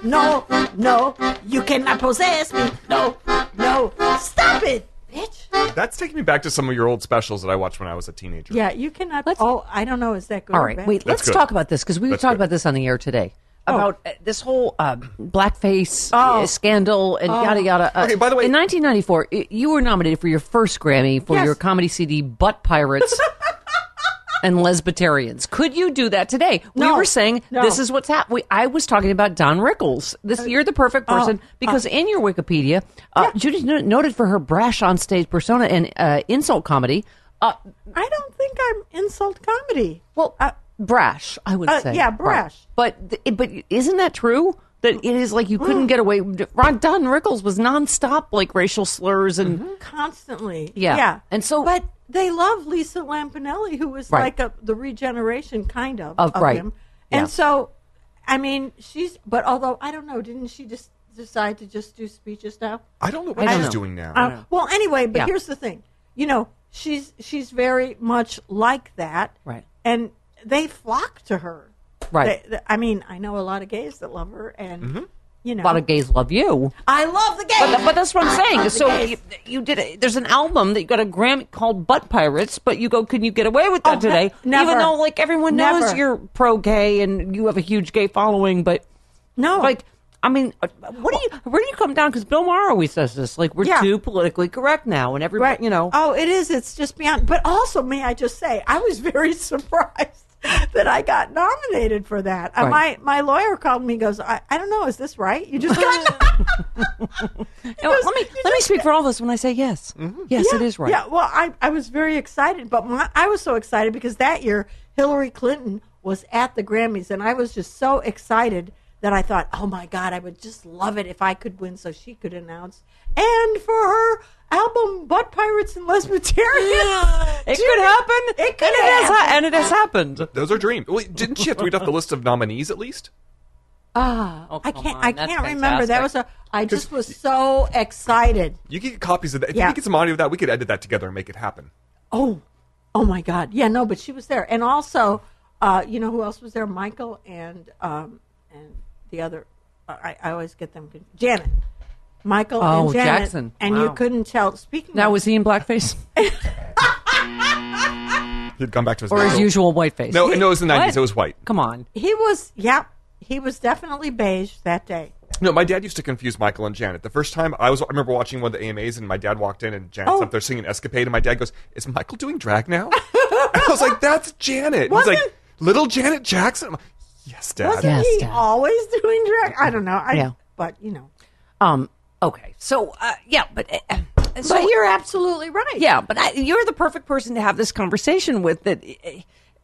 Speaker 4: No, no, you cannot possess me. No, no, stop it, bitch.
Speaker 5: That's taking me back to some of your old specials that I watched when I was a teenager.
Speaker 4: Yeah, you cannot.
Speaker 1: Let's-
Speaker 4: oh, I don't know. Is that good?
Speaker 1: All
Speaker 4: or
Speaker 1: right.
Speaker 4: bad?
Speaker 1: Wait,
Speaker 5: That's
Speaker 1: let's
Speaker 5: good.
Speaker 1: talk about this because we
Speaker 5: That's
Speaker 1: talked
Speaker 5: good.
Speaker 1: about this on the air today
Speaker 4: Oh.
Speaker 1: about uh, this whole uh, blackface uh, scandal and
Speaker 4: Oh.
Speaker 1: yada yada. Uh,
Speaker 5: Okay, by the way-
Speaker 1: in 1994, i you were nominated for your first Grammy for
Speaker 4: Yes.
Speaker 1: your comedy CD
Speaker 4: *laughs*
Speaker 1: "Butt Pirates." And lesbitarians. Could you do that today?
Speaker 4: No.
Speaker 1: we were saying
Speaker 4: No. Uh,
Speaker 1: this is what's happening. I was talking about Don Rickles. This you're the perfect
Speaker 4: oh,
Speaker 1: person because in your Wikipedia, uh, Judy's no- noted for her brash on stage persona and uh, insult comedy. Uh,
Speaker 4: I don't think I'm insult comedy.
Speaker 1: well, brash, I would
Speaker 4: uh,
Speaker 1: say.
Speaker 4: yeah, brash.
Speaker 1: Right. But th- but isn't that true? That it is like you couldn't get away. Ron Don Rickles was nonstop like racial slurs and
Speaker 4: constantly.
Speaker 1: Yeah.
Speaker 4: yeah.
Speaker 1: And so-
Speaker 4: but they love Lisa Lampanelli, who was
Speaker 1: Right.
Speaker 4: like a, the regeneration kind of
Speaker 1: Of-
Speaker 4: of,
Speaker 1: right.
Speaker 4: him.
Speaker 1: Yeah.
Speaker 4: And so, I mean, she's. But although I don't know, didn't she just decide to just do speeches now?
Speaker 5: I don't know what
Speaker 1: I don't
Speaker 5: she's
Speaker 1: know.
Speaker 5: doing now.
Speaker 4: Uh, well, anyway, but
Speaker 1: Yeah.
Speaker 4: here's the thing. You know, she's she's very much like that,
Speaker 1: Right.
Speaker 4: And they flock to her,
Speaker 1: Right.
Speaker 4: They- they- I mean, I know a lot of gays that love her, and
Speaker 5: Mm-hmm.
Speaker 4: you know,
Speaker 1: a lot of gays love you.
Speaker 4: I love the gays.
Speaker 1: But, but that's what I'm
Speaker 4: I
Speaker 1: saying.
Speaker 4: love the
Speaker 1: So
Speaker 4: gays.
Speaker 1: you, you did. A, there's an album that you got a Grammy called Butt Pirates, but you go, can you get away with that
Speaker 4: Oh,
Speaker 1: today?
Speaker 4: ne- never.
Speaker 1: Even though like everyone knows
Speaker 4: Never.
Speaker 1: you're pro gay and you have a huge gay following, but
Speaker 4: no,
Speaker 1: like. I mean, uh, what do you? Where do you come down? Because Bill Maher always says this, like we're
Speaker 4: Yeah.
Speaker 1: too politically correct now, and everybody, you know,
Speaker 4: Oh, it is. It's just beyond. But also, may I just say, I was very *laughs* surprised that I got nominated for that. Uh,
Speaker 1: Right.
Speaker 4: my my lawyer called me. and Goes, I, I don't know. Is this right? You
Speaker 1: *laughs*
Speaker 4: just got. nom-"
Speaker 1: Now, Oh, let me let me speak for all of us when I say yes. Yes, it is right.
Speaker 4: Yeah. Well, I I was very excited, but my, I was so excited because that year Hillary Clinton was at the Grammys, and I was just so excited that I thought, oh my God, I would just love it if I could win, so she could announce. And for her album, Butt Pirates and Lesbitarians, *laughs*
Speaker 1: It could happen.
Speaker 4: It could
Speaker 1: and It has ha-
Speaker 4: happen.
Speaker 1: and it has happened.
Speaker 5: Those are dreams. Wait, didn't she have to read off the list of nominees at least?
Speaker 4: Ah, I
Speaker 1: come
Speaker 4: can't.
Speaker 1: on,
Speaker 4: I
Speaker 1: that's
Speaker 4: can't remember. That was a. I just was so excited.
Speaker 5: You could get copies of that. If
Speaker 4: Yeah.
Speaker 5: you could get some audio of that, we could edit that together and make it happen.
Speaker 4: Oh, oh my God. Yeah, no, but she was there, and also, uh, you know who else was there? Michael and um, and the other. I, I always get them. con- Janet, Michael
Speaker 1: Oh,
Speaker 4: and Janet,
Speaker 1: Jackson.
Speaker 4: and
Speaker 1: Wow.
Speaker 4: you couldn't tell. Speaking
Speaker 1: Now
Speaker 4: of-
Speaker 1: was he in
Speaker 4: *laughs*
Speaker 1: blackface
Speaker 5: He'd gone back to his
Speaker 1: or his
Speaker 5: natural-
Speaker 1: usual whiteface?
Speaker 5: No, no, it was the nineties.
Speaker 1: What?
Speaker 5: It was white.
Speaker 1: Come on.
Speaker 4: he was. Yeah, he was definitely beige that day.
Speaker 5: No, my dad used to confuse Michael and Janet. The first time I was, I remember watching one of the AMAs, and my dad walked in, and Janet's
Speaker 4: Oh.
Speaker 5: up there singing "Escapade," and my dad goes, "Is Michael doing drag now?" *laughs* and I was like, "That's Janet." And He's
Speaker 4: Wasn't-
Speaker 5: like, "Little Janet Jackson." I'm like, yes, Dad.
Speaker 4: Wasn't
Speaker 1: Yes,
Speaker 4: he
Speaker 1: Dad.
Speaker 4: always *laughs* doing drag? I don't know. I,
Speaker 1: Yeah.
Speaker 4: But you know.
Speaker 1: Um. Okay. So, uh, yeah, but uh, uh, so
Speaker 4: But you're absolutely right.
Speaker 1: yeah, but I, you're the perfect person to have this conversation with. That, uh,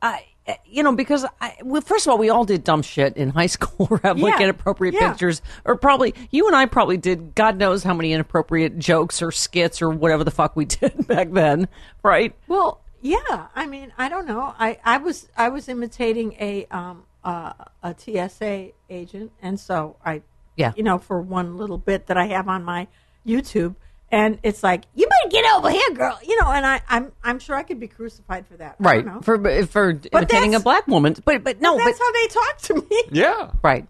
Speaker 1: I, uh, you know, because I, well, first of all, we all did dumb shit in high *laughs* school or have like
Speaker 4: Yeah.
Speaker 1: inappropriate
Speaker 4: Yeah.
Speaker 1: pictures, or probably you and I probably did. God knows how many inappropriate jokes or skits or whatever the fuck we *laughs* did back then, right?
Speaker 4: Well, yeah. I mean, I don't know. I, I was I was imitating a um uh, a TSA agent, and so I
Speaker 1: Yeah.
Speaker 4: you know for one little bit that I have on my YouTube, and it's like you better get over here, girl. You know, and I I'm I'm sure I could be crucified for that. I
Speaker 1: Right
Speaker 4: don't know.
Speaker 1: for for imitating a
Speaker 4: that's-
Speaker 1: black woman, but but no, but
Speaker 4: That's how they talk to me.
Speaker 5: yeah.
Speaker 1: Right.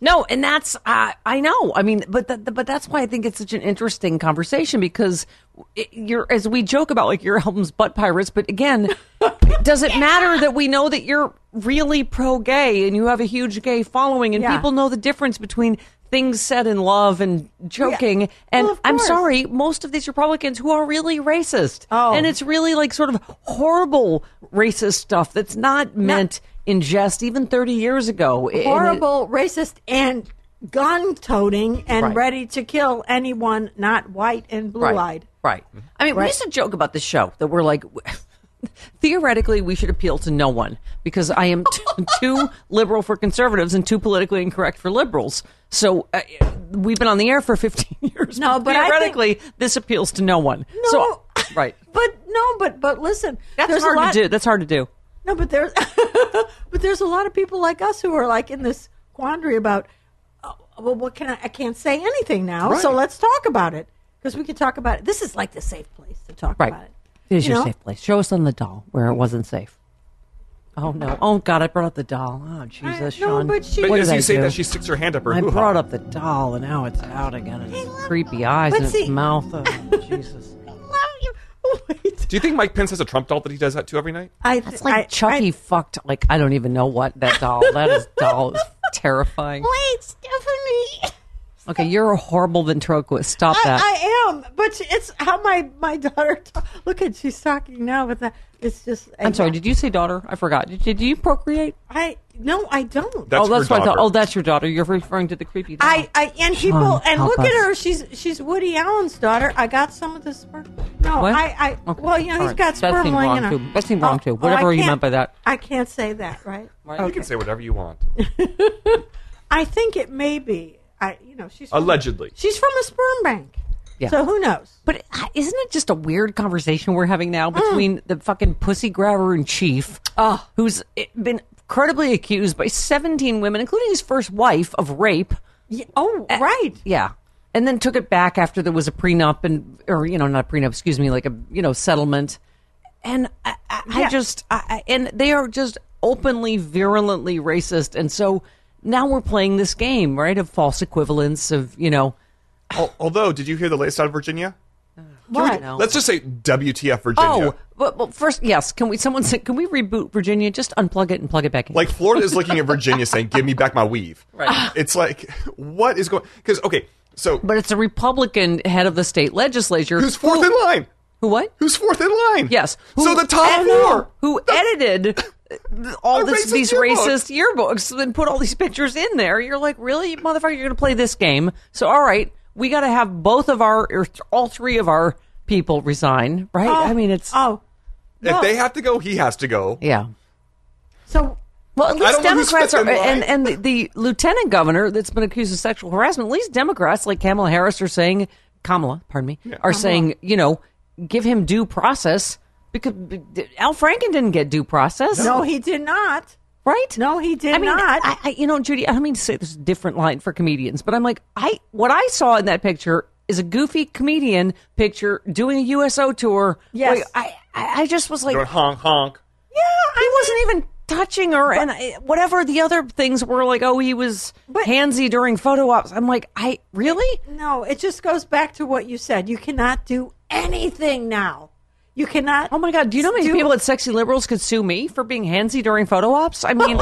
Speaker 1: No, and that's uh, I know. I mean, but th- but that's why I think it's such an interesting conversation because it, you're as we joke about like your album's butt pirates,
Speaker 4: *laughs*
Speaker 1: but again, does it matter that we know that you're really pro gay and you have a huge gay following and
Speaker 4: Yeah.
Speaker 1: people know the difference between things said in love and joking and
Speaker 4: Well, of
Speaker 1: I'm
Speaker 4: course.
Speaker 1: sorry, most of these Republicans who are really racist
Speaker 4: Oh.
Speaker 1: and it's really like sort of horrible racist stuff that's not meant in jest even 30 years ago And it-
Speaker 4: Horrible, racist, and gun toting, and
Speaker 1: Right.
Speaker 4: ready to kill anyone not white and blue eyed.
Speaker 1: Right. I mean, we used to joke about the show that we're like, *laughs* theoretically, we should appeal to no one because I am t- *laughs* too liberal for conservatives and too politically incorrect for liberals. So uh, we've been on the air for 15 *laughs* years.
Speaker 4: No, but I think-
Speaker 1: theoretically, this appeals to no one.
Speaker 4: No,
Speaker 1: So, *laughs* right.
Speaker 4: *laughs* But no, but but listen,
Speaker 1: That's
Speaker 4: there's
Speaker 1: hard
Speaker 4: a lot,
Speaker 1: to do. That's hard to do.
Speaker 4: No, but there's *laughs* but there's a lot of people like us who are like in this quandary about oh, well, what can I? I can't say anything now, so
Speaker 5: Right.
Speaker 4: let's talk about it because we can talk about it. This is like the safe place to talk
Speaker 1: Right.
Speaker 4: about it.
Speaker 1: Here's
Speaker 4: You
Speaker 1: your
Speaker 4: know?
Speaker 1: safe place. Show us on the doll where it wasn't safe. Oh, no. Oh, God, I brought up the doll. Oh, Jesus,
Speaker 4: I- no,
Speaker 1: Sean.
Speaker 4: but she-
Speaker 5: But
Speaker 1: What
Speaker 5: as
Speaker 1: did
Speaker 5: you
Speaker 1: I
Speaker 5: say
Speaker 1: do?
Speaker 5: that, she sticks her hand up her
Speaker 1: I
Speaker 5: hoo-ha.
Speaker 1: brought up the doll, and now it's out again. And its creepy eyes
Speaker 4: but
Speaker 1: and its
Speaker 4: see-
Speaker 1: mouth. *laughs* Oh, Jesus.
Speaker 4: I love you. *laughs* Wait,
Speaker 5: Do you think Mike Pence has a Trump doll that he does that to every night?
Speaker 4: I,
Speaker 1: It's like Chucky fucked. Like I don't even know what that doll. That
Speaker 4: *laughs*
Speaker 1: is doll is terrifying.
Speaker 4: wait, Stephanie.
Speaker 1: Okay, you're a horrible ventriloquist. Stop that.
Speaker 4: I, I am, but it's how my my daughter. Talk. Look at she's talking now with that. It's just.
Speaker 1: am sorry. Did you say daughter? I forgot. Did, did you procreate?
Speaker 4: I no, I don't.
Speaker 5: That's
Speaker 1: oh, that's
Speaker 5: her
Speaker 1: what I thought.
Speaker 5: daughter.
Speaker 1: Oh, that's your daughter. You're referring to the creepy. Doll.
Speaker 4: I, I and people and
Speaker 1: help
Speaker 4: look
Speaker 1: us.
Speaker 4: at her. She's she's Woody Allen's daughter. I got some of the sperm. No,
Speaker 1: What?
Speaker 4: I I
Speaker 1: Okay.
Speaker 4: well you know
Speaker 1: All
Speaker 4: he's
Speaker 1: right.
Speaker 4: got
Speaker 1: That
Speaker 4: sperm
Speaker 1: seemed
Speaker 4: wing
Speaker 1: wrong,
Speaker 4: in her.
Speaker 1: too. That seemed wrong, too.
Speaker 4: I
Speaker 1: Whatever you
Speaker 4: can't-
Speaker 1: meant by that.
Speaker 4: I can't say that, right?
Speaker 5: You can say whatever you want.
Speaker 4: I I think it may be. I, you know, she's from-
Speaker 5: Allegedly.
Speaker 4: She's from a sperm bank.
Speaker 1: Yeah.
Speaker 4: So who knows?
Speaker 1: But isn't it just a weird conversation we're having now between the fucking pussy grabber in chief, who's eh, been credibly accused by 17 women, including his first wife, of rape?
Speaker 4: Yeah, oh,
Speaker 1: Eh,
Speaker 4: right.
Speaker 1: Yeah. And then took it back after there was a prenup and, or, you know, not a prenup, excuse me, like a, you know, settlement. And I, I, I
Speaker 4: Yeah.
Speaker 1: just, I, I, and they are just openly, virulently racist. And so now we're playing this game, right? Of false equivalence of, you know,
Speaker 5: Al- although, did you hear the latest out of Virginia?
Speaker 4: What?
Speaker 5: Let's just say WTF Virginia.
Speaker 1: Oh, but, but first, yes. Can we? Someone said, can we reboot Virginia? Just unplug it and plug it back in.
Speaker 5: Like Florida is looking at Virginia saying, "Give me back my weave."
Speaker 1: Right.
Speaker 5: *sighs* It's like, what is going? Because okay, so
Speaker 1: but it's a Republican head of the state legislature.
Speaker 5: who's fourth in line?
Speaker 1: Who what?
Speaker 5: Who's fourth in line?
Speaker 1: Yes. Who
Speaker 5: so the top
Speaker 1: edi-
Speaker 5: four.
Speaker 1: Who
Speaker 5: *coughs*
Speaker 1: edited all
Speaker 5: A
Speaker 1: this,
Speaker 5: racist
Speaker 1: these
Speaker 5: yearbook.
Speaker 1: racist yearbooks, then put all these pictures in there? You're like, really, motherfucker? You're going to play this game? So, all right, we got to have both of our, or th- all three of our people resign, right? I mean, it's
Speaker 4: Oh,
Speaker 5: If they have to go, he has to go.
Speaker 1: yeah.
Speaker 4: so
Speaker 1: Well, at
Speaker 5: I don't
Speaker 1: least
Speaker 5: know who's
Speaker 1: Democrats are,
Speaker 5: fifth in line.
Speaker 1: and and the, the lieutenant governor that's been accused of sexual harassment. At least Democrats like Kamala Harris are saying, Kamala, pardon me, are saying, you know, give him due process because Al Franken didn't get due process,
Speaker 4: no, he did not.
Speaker 1: right?
Speaker 4: No, he did
Speaker 1: I mean,
Speaker 4: not.
Speaker 1: I, I, you know, Judy, I don't mean to say this is a different line for comedians, but I'm like, I what I saw in that picture is a goofy comedian picture doing a USO tour.
Speaker 4: Yes.
Speaker 1: Like, I, I I just was like,
Speaker 5: Going honk honk.
Speaker 1: he wasn't even touching her, and I, whatever the other things were, like oh, he was handsy during photo ops. I'm like, I really?
Speaker 4: No, it just goes back to what you said. You cannot do anything now. You cannot.
Speaker 1: Oh my god! Do you know how many
Speaker 4: do-
Speaker 1: people at Sexy Liberals could sue me for being handsy during photo ops?
Speaker 4: *laughs*
Speaker 1: I mean,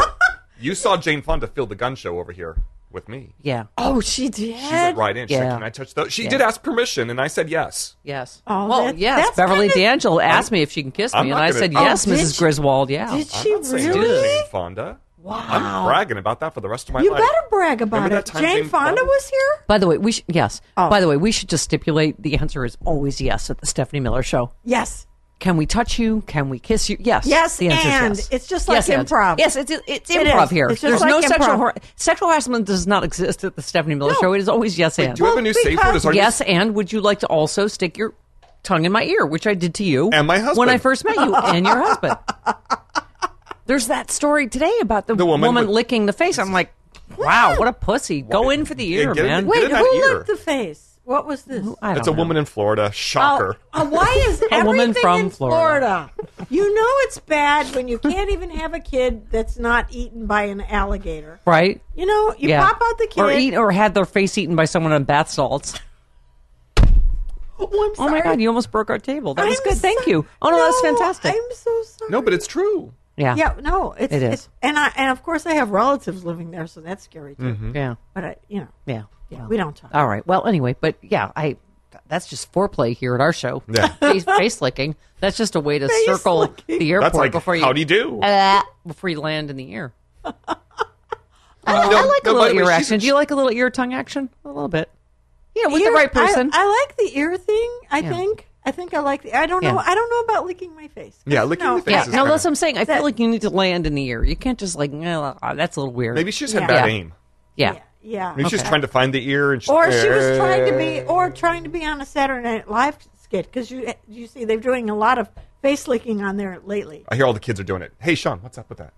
Speaker 5: You saw Jane Fonda fill the gun show over here with me.
Speaker 1: yeah,
Speaker 4: Oh, she did.
Speaker 5: She went right in. She's
Speaker 1: Yeah.
Speaker 5: like, "Can I touch those?" She did ask permission, and I said yes.
Speaker 1: yes.
Speaker 4: Oh,
Speaker 1: well,
Speaker 4: that-
Speaker 1: yes.
Speaker 4: that's
Speaker 1: Beverly
Speaker 4: kinda-
Speaker 1: D'Angelo asked me if she can kiss
Speaker 5: I'm
Speaker 1: me, and
Speaker 5: not
Speaker 1: I
Speaker 5: gonna-
Speaker 1: said
Speaker 5: Oh,
Speaker 1: yes,
Speaker 4: did
Speaker 1: Mrs.
Speaker 4: she-
Speaker 1: Griswold. Yeah.
Speaker 4: Did
Speaker 5: I'm
Speaker 4: she
Speaker 5: not saying no to
Speaker 4: really?
Speaker 5: Jane Fonda. Wow. I'm bragging about that for the rest of my
Speaker 4: You
Speaker 5: life.
Speaker 4: better brag about
Speaker 5: Remember
Speaker 4: it.
Speaker 5: that time
Speaker 4: Jane
Speaker 5: Jane
Speaker 4: Fonda
Speaker 5: Fonda-
Speaker 4: was here.
Speaker 1: By the way, we should yes.
Speaker 4: Oh.
Speaker 1: By the way, we should just stipulate the answer is always yes at the Stephanie Miller show.
Speaker 4: Yes.
Speaker 1: Can we touch you? Can we kiss you? Yes.
Speaker 4: Yes,
Speaker 1: The answer is
Speaker 4: and.
Speaker 1: yes.
Speaker 4: It's just like
Speaker 1: and.
Speaker 4: improv.
Speaker 1: Yes, it's it's
Speaker 4: It
Speaker 1: improv
Speaker 4: is.
Speaker 1: here.
Speaker 4: It's
Speaker 1: There's
Speaker 4: just
Speaker 1: no
Speaker 4: like
Speaker 1: sexual
Speaker 4: improv.
Speaker 1: har- sexual harassment does not exist at the Stephanie Miller
Speaker 4: No.
Speaker 1: show. It is always yes and.
Speaker 5: Do you have a new safe
Speaker 4: because-
Speaker 5: word? Is our new-
Speaker 1: yes, and would you like to also stick your tongue in my ear, which I did to you
Speaker 5: And my
Speaker 1: when
Speaker 5: husband.
Speaker 1: I first met you and your
Speaker 4: *laughs*
Speaker 1: husband. There's that story today about the,
Speaker 5: The woman with-
Speaker 1: licking the face. I'm like, wow, what a pussy. Go in for the
Speaker 5: Yeah,
Speaker 1: ear,
Speaker 5: get in
Speaker 1: man.
Speaker 5: the-
Speaker 4: Wait,
Speaker 5: Did it not
Speaker 4: who
Speaker 5: hear?
Speaker 4: licked the face? What was this?
Speaker 1: I
Speaker 5: It's a
Speaker 1: don't know.
Speaker 5: woman in Florida. Shocker.
Speaker 4: Uh,
Speaker 1: *laughs*
Speaker 4: why is
Speaker 1: A woman
Speaker 4: everything
Speaker 1: from
Speaker 4: in
Speaker 1: Florida.
Speaker 4: Florida? You know it's bad when you can't even have a kid that's not eaten by an alligator.
Speaker 1: right?
Speaker 4: You know, you pop out the kid.
Speaker 1: or eat oh, or had their face eaten by someone on bath salts.
Speaker 4: oh, I'm
Speaker 1: Oh my
Speaker 4: sorry.
Speaker 1: god, you almost broke our table. That was
Speaker 4: I'm
Speaker 1: good.
Speaker 4: so-
Speaker 1: Thank you. Oh no, that was
Speaker 4: No,
Speaker 1: fantastic.
Speaker 4: I'm so sorry.
Speaker 5: No, but it's true.
Speaker 1: yeah.
Speaker 4: yeah, no, it's,
Speaker 1: It is.
Speaker 4: it's and I and of course I have relatives living there, so that's scary too.
Speaker 5: Mm-hmm.
Speaker 1: Yeah.
Speaker 4: But I, you know,
Speaker 1: Yeah.
Speaker 4: yeah, we don't talk.
Speaker 1: All right. Well, anyway, but yeah, I that's just foreplay here at our show.
Speaker 5: Yeah.
Speaker 1: *laughs* face, face licking. That's just a way to
Speaker 4: Face
Speaker 1: circle
Speaker 4: licking.
Speaker 1: the airport
Speaker 5: That's like
Speaker 1: before you
Speaker 5: howdy do.
Speaker 1: uh, before you land in the *laughs* ear.
Speaker 5: I,
Speaker 1: I like a little ear action. Do you like a little ear tongue action? A little bit. Yeah, with
Speaker 4: Ear-
Speaker 1: the right
Speaker 4: I-
Speaker 1: person.
Speaker 4: I, like the ear thing. I
Speaker 1: Yeah.
Speaker 4: think. I think I like the. I don't
Speaker 1: Yeah.
Speaker 4: know. I don't know about licking my face.
Speaker 5: Yeah, licking
Speaker 4: no.
Speaker 5: the face
Speaker 1: yeah,
Speaker 5: is
Speaker 1: no,
Speaker 5: kinda-
Speaker 1: that's what I'm saying. I
Speaker 4: That-
Speaker 1: feel like you need to land in the ear. You can't just like, "Nah, uh, that's a little weird.
Speaker 5: Maybe she just had
Speaker 4: Yeah.
Speaker 5: bad
Speaker 1: Yeah.
Speaker 5: aim.
Speaker 1: yeah.
Speaker 4: Yeah, yeah.
Speaker 5: Maybe she's
Speaker 1: Okay.
Speaker 5: trying to find the ear, and she's, Eh.
Speaker 4: Or she was trying to be, or trying to be on a Saturday Night Live skit because you you see they're doing a lot of face licking on there lately.
Speaker 5: I hear all the kids are doing it. Hey, Sean, what's up with that?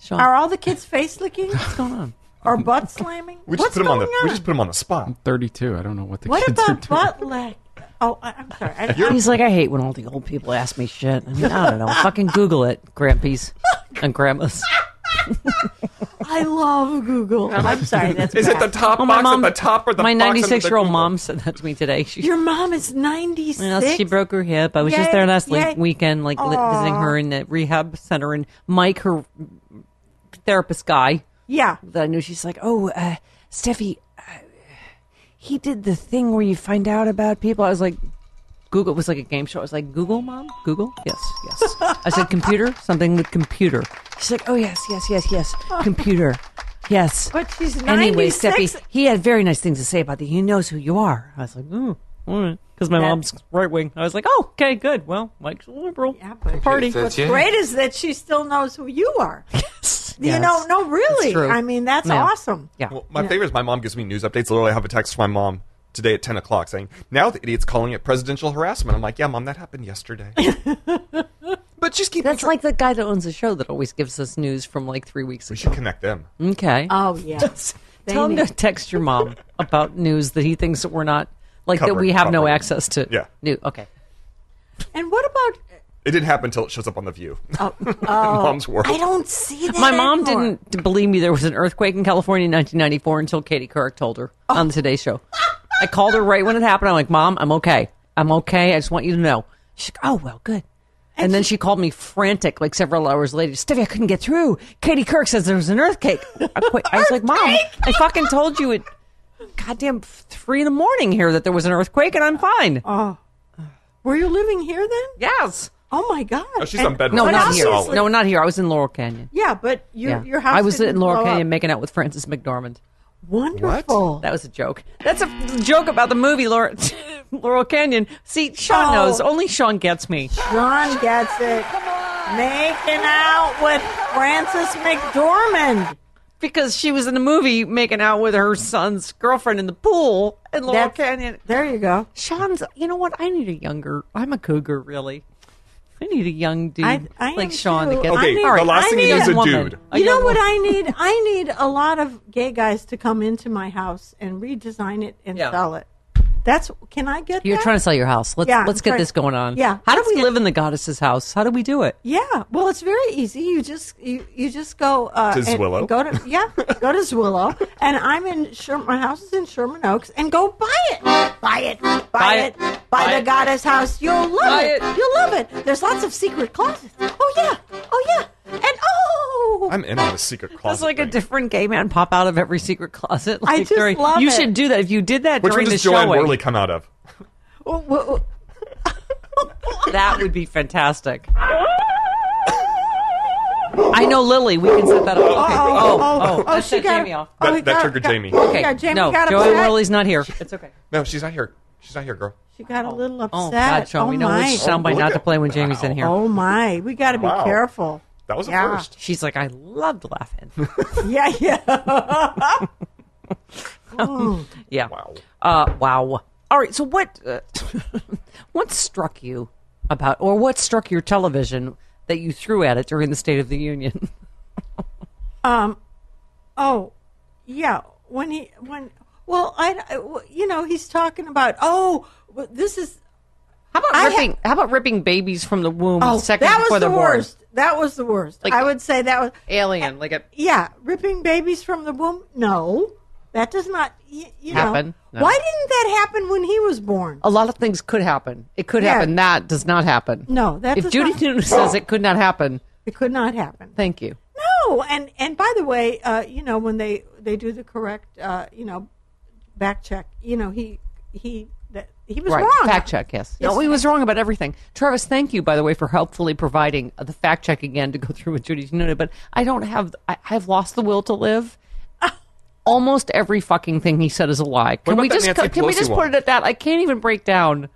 Speaker 1: Sean,
Speaker 4: Are all the kids face licking
Speaker 1: Uh-huh. what's going on?
Speaker 4: or butt slamming?
Speaker 5: We just
Speaker 4: What's
Speaker 5: put him on the.
Speaker 4: going
Speaker 5: We just put him on the spot.
Speaker 7: 32. I don't know what the
Speaker 4: What
Speaker 7: kids
Speaker 4: about
Speaker 7: are doing.
Speaker 4: butt lick? Oh, I, I'm sorry. I,
Speaker 1: He's like, I hate when all the old people ask me shit. I mean, I don't know. Fucking Google it, Grampies and Grandmas.
Speaker 4: I love
Speaker 1: *laughs*
Speaker 4: Google. I'm sorry. That's
Speaker 5: Is it the
Speaker 4: bad.
Speaker 5: top
Speaker 1: Oh, my
Speaker 5: box
Speaker 1: mom,
Speaker 5: at the top or the
Speaker 1: my
Speaker 5: box under the
Speaker 1: 96 year old
Speaker 5: Google?
Speaker 1: mom said that to me today. She,
Speaker 4: Your mom is 96.
Speaker 1: you know, she broke her hip. I was just
Speaker 4: Yay,
Speaker 1: there last le-
Speaker 4: yay.
Speaker 1: weekend, like li- visiting her in the rehab center, and Mike, her therapist guy
Speaker 4: Yeah.
Speaker 1: that I knew, she's like, "Oh, uh, Steffi, uh, he did the thing where you find out about people." I was like. Google it was like a game show. I was like, Google, mom? Google? Yes, yes. I said, computer? Something with computer. She's like, oh, yes, yes, yes, yes. Computer. Yes.
Speaker 4: *laughs* But she's 96.
Speaker 1: Anyway, Steffi, he had very nice things to say about you. He knows who you are. I was like, ooh, all right. Because my mom's right wing. I was like, oh, okay, good. Well, Mike's a liberal.
Speaker 4: Yeah, but
Speaker 1: Party.
Speaker 4: what's great is that she still knows who you are. You
Speaker 1: Yeah,
Speaker 4: know,
Speaker 1: it's-
Speaker 4: no, really.
Speaker 1: it's true.
Speaker 4: I mean, that's
Speaker 1: Yeah.
Speaker 4: awesome.
Speaker 1: Yeah.
Speaker 5: Well, my favorite is my mom gives me news updates. Literally, I have a text from my mom today at 10 o'clock saying, now the idiot's calling it presidential harassment. I'm like, yeah, mom, that happened
Speaker 1: *laughs*
Speaker 5: yesterday. but just keep.
Speaker 1: That's like the guy that owns the show that always gives us news from like three weeks ago. We
Speaker 5: should connect them.
Speaker 1: Okay.
Speaker 4: Oh yeah. They
Speaker 1: *laughs* Tell him to
Speaker 4: need-
Speaker 1: text your mom about news that he thinks that we're not like that
Speaker 5: Covered,
Speaker 1: we have no
Speaker 5: covered.
Speaker 1: access to.
Speaker 5: Yeah.
Speaker 1: New. Okay.
Speaker 4: And what about?
Speaker 5: It didn't happen until it shows up on The View. *laughs*
Speaker 4: Oh,
Speaker 5: Mom's world.
Speaker 4: I don't see that.
Speaker 1: My mom
Speaker 4: anymore.
Speaker 1: didn't believe me there was an earthquake in California in 1994 until Katie Couric told her
Speaker 4: Oh.
Speaker 1: on the Today Show. I called her right when it happened. I'm like, Mom, I'm okay. I'm okay. I just want you to know. She's like, Oh, well, good. And, then she called me frantic, like several hours later. Stevie, I couldn't get through. Katie Kirk says there was an earthquake. I, quit. I was like, Mom, I fucking told you at goddamn three in the morning here that there was an earthquake and I'm fine.
Speaker 4: Oh. Were you living here then?
Speaker 1: yes.
Speaker 4: Oh my god.
Speaker 5: Oh, she's
Speaker 4: And-
Speaker 5: on bed
Speaker 1: No,
Speaker 5: rest.
Speaker 1: not here.
Speaker 4: obviously-
Speaker 1: No, not here. I was in Laurel Canyon.
Speaker 4: Yeah, but your
Speaker 1: yeah.
Speaker 4: your house.
Speaker 1: I was
Speaker 4: didn't
Speaker 1: in Laurel
Speaker 4: blow up.
Speaker 1: Canyon making out with Francis McDormand.
Speaker 4: Wonderful.
Speaker 1: That was a joke. That's a joke about the movie Laurel, *laughs* Laurel Canyon. See, Sean
Speaker 4: Oh.
Speaker 1: knows. Only Sean gets me.
Speaker 4: John gets it. Making out with Frances McDormand.
Speaker 1: Because she was in the movie making out with her son's girlfriend in the pool in Laurel
Speaker 4: That's-
Speaker 1: Canyon.
Speaker 4: There you go.
Speaker 1: Sean's, you know what? I need a younger, I'm a cougar, really. I need a young dude
Speaker 4: I- I am
Speaker 1: like Sean
Speaker 4: too.
Speaker 1: to get
Speaker 4: Okay,
Speaker 1: me.
Speaker 4: the last thing you need is a
Speaker 1: woman.
Speaker 5: dude.
Speaker 1: A
Speaker 4: you know
Speaker 1: young
Speaker 4: what
Speaker 1: woman. *laughs*
Speaker 4: I need? I need a lot of gay guys to come into my house and redesign it and
Speaker 1: Yeah.
Speaker 4: sell it. That's can I get?
Speaker 1: You're
Speaker 4: that?
Speaker 1: trying to sell your house. Let's
Speaker 4: Yeah, I'm
Speaker 1: let's get
Speaker 4: trying-
Speaker 1: this going on.
Speaker 4: Yeah,
Speaker 1: How do
Speaker 4: let's
Speaker 1: we
Speaker 4: get-
Speaker 1: live in the goddess's house? How do we do it?
Speaker 4: Yeah, well, it's very easy. You just you, you just go uh,
Speaker 5: To
Speaker 4: and-
Speaker 5: Zwillow.
Speaker 4: Go to yeah, go to
Speaker 5: *laughs*
Speaker 4: Zwillow, and I'm in Sher- my house is in Sherman Oaks, and go buy it, buy it, buy,
Speaker 1: Buy
Speaker 4: it, buy,
Speaker 1: it. Buy
Speaker 4: the
Speaker 1: it.
Speaker 4: Goddess House. You'll love
Speaker 1: Buy
Speaker 4: it.
Speaker 1: it.
Speaker 4: You'll love it. There's lots of secret closets. Oh yeah, oh yeah, and oh.
Speaker 5: I'm in on a secret closet.
Speaker 1: That's like a
Speaker 5: thing.
Speaker 1: different gay man pop out of every secret closet. Like
Speaker 4: just
Speaker 1: during,
Speaker 4: love
Speaker 1: You
Speaker 4: it.
Speaker 1: should do that if you did that
Speaker 5: Which one
Speaker 1: during the
Speaker 5: does
Speaker 1: show.
Speaker 5: Joanne Worley come out of?
Speaker 4: Oh, oh,
Speaker 1: *laughs* That would be fantastic. I know Lily. We can set that up. Okay.
Speaker 4: oh, oh,
Speaker 1: let's
Speaker 4: she
Speaker 1: set
Speaker 4: got-
Speaker 1: Jamie off.
Speaker 5: That-
Speaker 4: he
Speaker 5: that
Speaker 4: got-
Speaker 5: triggered
Speaker 4: got-
Speaker 5: Jamie.
Speaker 1: Okay.
Speaker 4: Yeah, Jamie
Speaker 1: no,
Speaker 4: got
Speaker 1: Joey
Speaker 4: upset.
Speaker 1: Worley's not here. It's okay.
Speaker 5: No, she's not here. She's not here, girl.
Speaker 4: She got a little upset.
Speaker 1: Oh God, Sean, we know
Speaker 4: my.
Speaker 1: which soundbite
Speaker 5: look
Speaker 1: not to
Speaker 5: at-
Speaker 1: play when Jamie's in here.
Speaker 4: Oh my, we got to be
Speaker 5: Wow.
Speaker 4: careful.
Speaker 5: That was a
Speaker 4: Yeah.
Speaker 5: first.
Speaker 1: She's like, I loved
Speaker 4: *laughs*
Speaker 1: laughing.
Speaker 4: Yeah, yeah.
Speaker 1: yeah.
Speaker 5: Wow.
Speaker 1: Uh, wow. All right. So what uh, *laughs* what struck you about, or what struck your television that you threw at it during the State of the Union? *laughs*
Speaker 4: Oh, yeah. When he when well, I, I- well, you know he's talking about oh well, this is
Speaker 1: How about
Speaker 4: I ha-
Speaker 1: ripping? how about ripping babies from the womb
Speaker 4: oh
Speaker 1: second
Speaker 4: that
Speaker 1: before
Speaker 4: was the
Speaker 1: they're born?
Speaker 4: worst. That was the worst.
Speaker 1: Like-
Speaker 4: I would say that was
Speaker 1: Alien, like a
Speaker 4: yeah ripping babies from the womb. No, that does not y- you know.
Speaker 1: Happen, no.
Speaker 4: Why didn't that happen when he was born?
Speaker 1: a lot of things could happen. It could
Speaker 4: Yeah.
Speaker 1: happen. That does not happen.
Speaker 4: No, that
Speaker 1: if
Speaker 4: does
Speaker 1: Judy
Speaker 4: not-
Speaker 1: Newton says it could not happen,
Speaker 4: It could not happen.
Speaker 1: thank you.
Speaker 4: No, and and by the way, uh, you know when they they do the correct uh, you know back check, you know he he that he was
Speaker 1: right,
Speaker 4: wrong.
Speaker 1: fact check. Yes. no, he was wrong about everything. Travis, thank you by the way for helpfully providing the fact check again to go *laughs* through with Judy Newton. But I don't have. I, I've lost the will to live. Almost every fucking thing he said is a lie. Can
Speaker 5: about
Speaker 1: we
Speaker 5: that
Speaker 1: just
Speaker 5: Nancy
Speaker 1: can we
Speaker 5: Pelosi
Speaker 1: just put
Speaker 5: one?
Speaker 1: it at that? I can't even break down.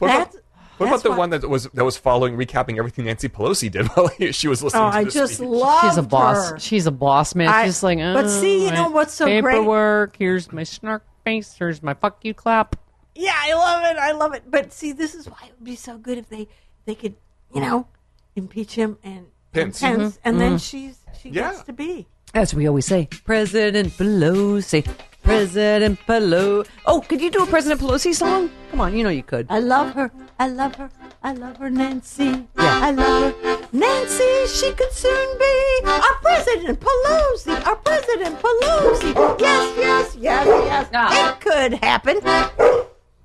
Speaker 5: What about,
Speaker 4: That's-
Speaker 5: what
Speaker 4: that's
Speaker 5: about the
Speaker 4: why-
Speaker 5: one that was that was following, recapping everything Nancy Pelosi did *laughs* while she was listening
Speaker 4: Oh,
Speaker 5: to
Speaker 4: I
Speaker 5: this
Speaker 4: just
Speaker 5: speech?
Speaker 4: love.
Speaker 1: She's a boss. She's a boss, man. She's
Speaker 4: I-
Speaker 1: just like, oh,
Speaker 4: but see, you know
Speaker 1: my
Speaker 4: what's so great-
Speaker 1: paperwork. Here's my snark face. Here's my fuck you clap.
Speaker 4: Yeah, I love it. I love it. But see, this is why it would be so good if they they could, you know, impeach him and
Speaker 5: Pence.
Speaker 4: and, Pence,
Speaker 1: Mm-hmm.
Speaker 4: and then she's she
Speaker 5: Yeah.
Speaker 4: gets to be.
Speaker 1: As we always say, President Pelosi. President Pelosi. Oh, could you do a President Pelosi song? Come on, you know you could.
Speaker 4: I love her. I love her. I love her, Nancy. I love her, Nancy. She could soon be our president, Pelosi. Our president, Pelosi. Yes, yes, yes, yes.
Speaker 1: Ah.
Speaker 4: It could happen.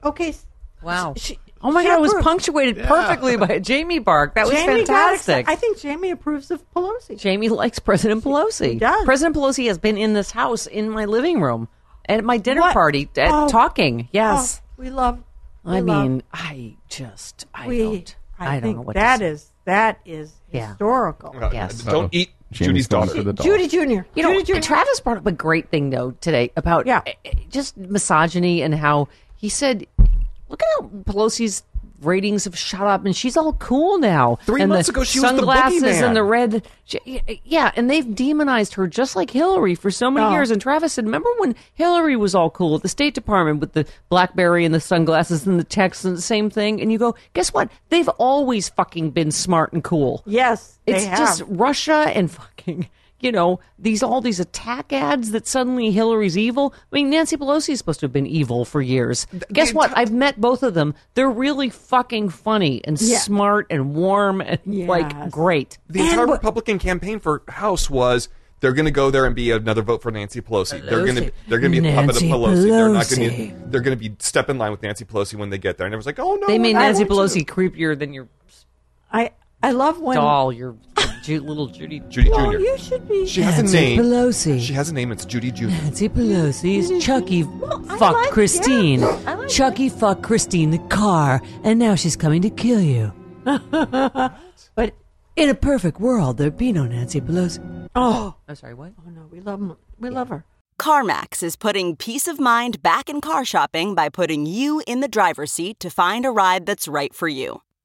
Speaker 4: Okay. s-
Speaker 1: Wow.
Speaker 4: She-
Speaker 1: oh my
Speaker 4: she
Speaker 1: God, it was
Speaker 4: approved.
Speaker 1: punctuated perfectly by a Jamie Bark. That was
Speaker 4: Jamie got excited.
Speaker 1: fantastic.
Speaker 4: I think Jamie approves of Pelosi.
Speaker 1: Jamie likes President Pelosi.
Speaker 4: does.
Speaker 1: President Pelosi has been in this house in my living room and at my dinner
Speaker 4: What?
Speaker 1: party at
Speaker 4: Oh.
Speaker 1: talking. Yes.
Speaker 4: Oh, we love. we
Speaker 1: I
Speaker 4: love-
Speaker 1: mean, I just, I
Speaker 4: we.
Speaker 1: don't, I, don't
Speaker 4: think
Speaker 1: know what to
Speaker 4: that
Speaker 1: say.
Speaker 4: is. That is
Speaker 1: Yeah.
Speaker 4: historical.
Speaker 5: Uh,
Speaker 1: Yes.
Speaker 5: Don't eat Judy's daughter.
Speaker 7: For the doll.
Speaker 4: Judy Junior.
Speaker 1: You know,
Speaker 4: Judy Junior.
Speaker 1: Travis brought up a great thing though today about
Speaker 4: Yeah.
Speaker 1: eh, eh, just misogyny and how he said, "Look at how Pelosi's ratings have shot up, and she's all cool now.
Speaker 5: Three
Speaker 1: and
Speaker 5: months
Speaker 1: the
Speaker 5: ago, she was the
Speaker 1: sunglasses and the
Speaker 5: boogeyman.
Speaker 1: red. Yeah, and they've demonized her just like Hillary for so many
Speaker 4: Oh.
Speaker 1: years. And Travis said, "Remember when Hillary was all cool at the State Department with the BlackBerry and the sunglasses and the text and the same thing?" And you go, "Guess what? They've always fucking been smart and cool."
Speaker 4: Yes, they
Speaker 1: It's
Speaker 4: have.
Speaker 1: just Russia and fucking, you know, these all these attack ads that suddenly Hillary's evil. I mean, Nancy Pelosi is supposed to have been evil for years. Guess what? I've met both of them. They're really fucking funny and
Speaker 4: Yeah.
Speaker 1: smart and warm and like
Speaker 4: Yes.
Speaker 1: great.
Speaker 5: The entire Republican campaign for House was they're going to go there and be another vote for Nancy Pelosi. They're going to they're going to be a puppet of
Speaker 1: Nancy
Speaker 5: Pelosi. They're not going
Speaker 1: Pelosi.
Speaker 5: to they're going to be step in line with Nancy Pelosi when they get there. And it was like, oh no,
Speaker 1: They made
Speaker 5: I
Speaker 1: Nancy
Speaker 5: want
Speaker 1: Pelosi
Speaker 5: you.
Speaker 1: creepier than your
Speaker 4: I I love when
Speaker 1: doll, your Ju- little Judy.
Speaker 5: Judy
Speaker 4: Oh,
Speaker 5: Jr.
Speaker 4: you should be.
Speaker 5: She has a
Speaker 1: Nancy
Speaker 5: name.
Speaker 1: Pelosi.
Speaker 5: She has a name. It's Judy Jr.
Speaker 1: *laughs* Nancy Pelosi's Chucky
Speaker 4: Mm-hmm. I
Speaker 1: fucked
Speaker 4: like-
Speaker 1: Christine.
Speaker 4: yeah, I like
Speaker 1: Chucky fucked Christine the car, and now she's coming to
Speaker 4: *laughs*
Speaker 1: kill you.
Speaker 4: but
Speaker 1: In a perfect world, there'd be no Nancy Pelosi.
Speaker 4: oh,
Speaker 1: I'm sorry, what?
Speaker 4: oh no, we love 'em. we love her.
Speaker 9: CarMax is putting peace of mind back in car shopping by putting you in the driver's seat to find a ride that's right for you.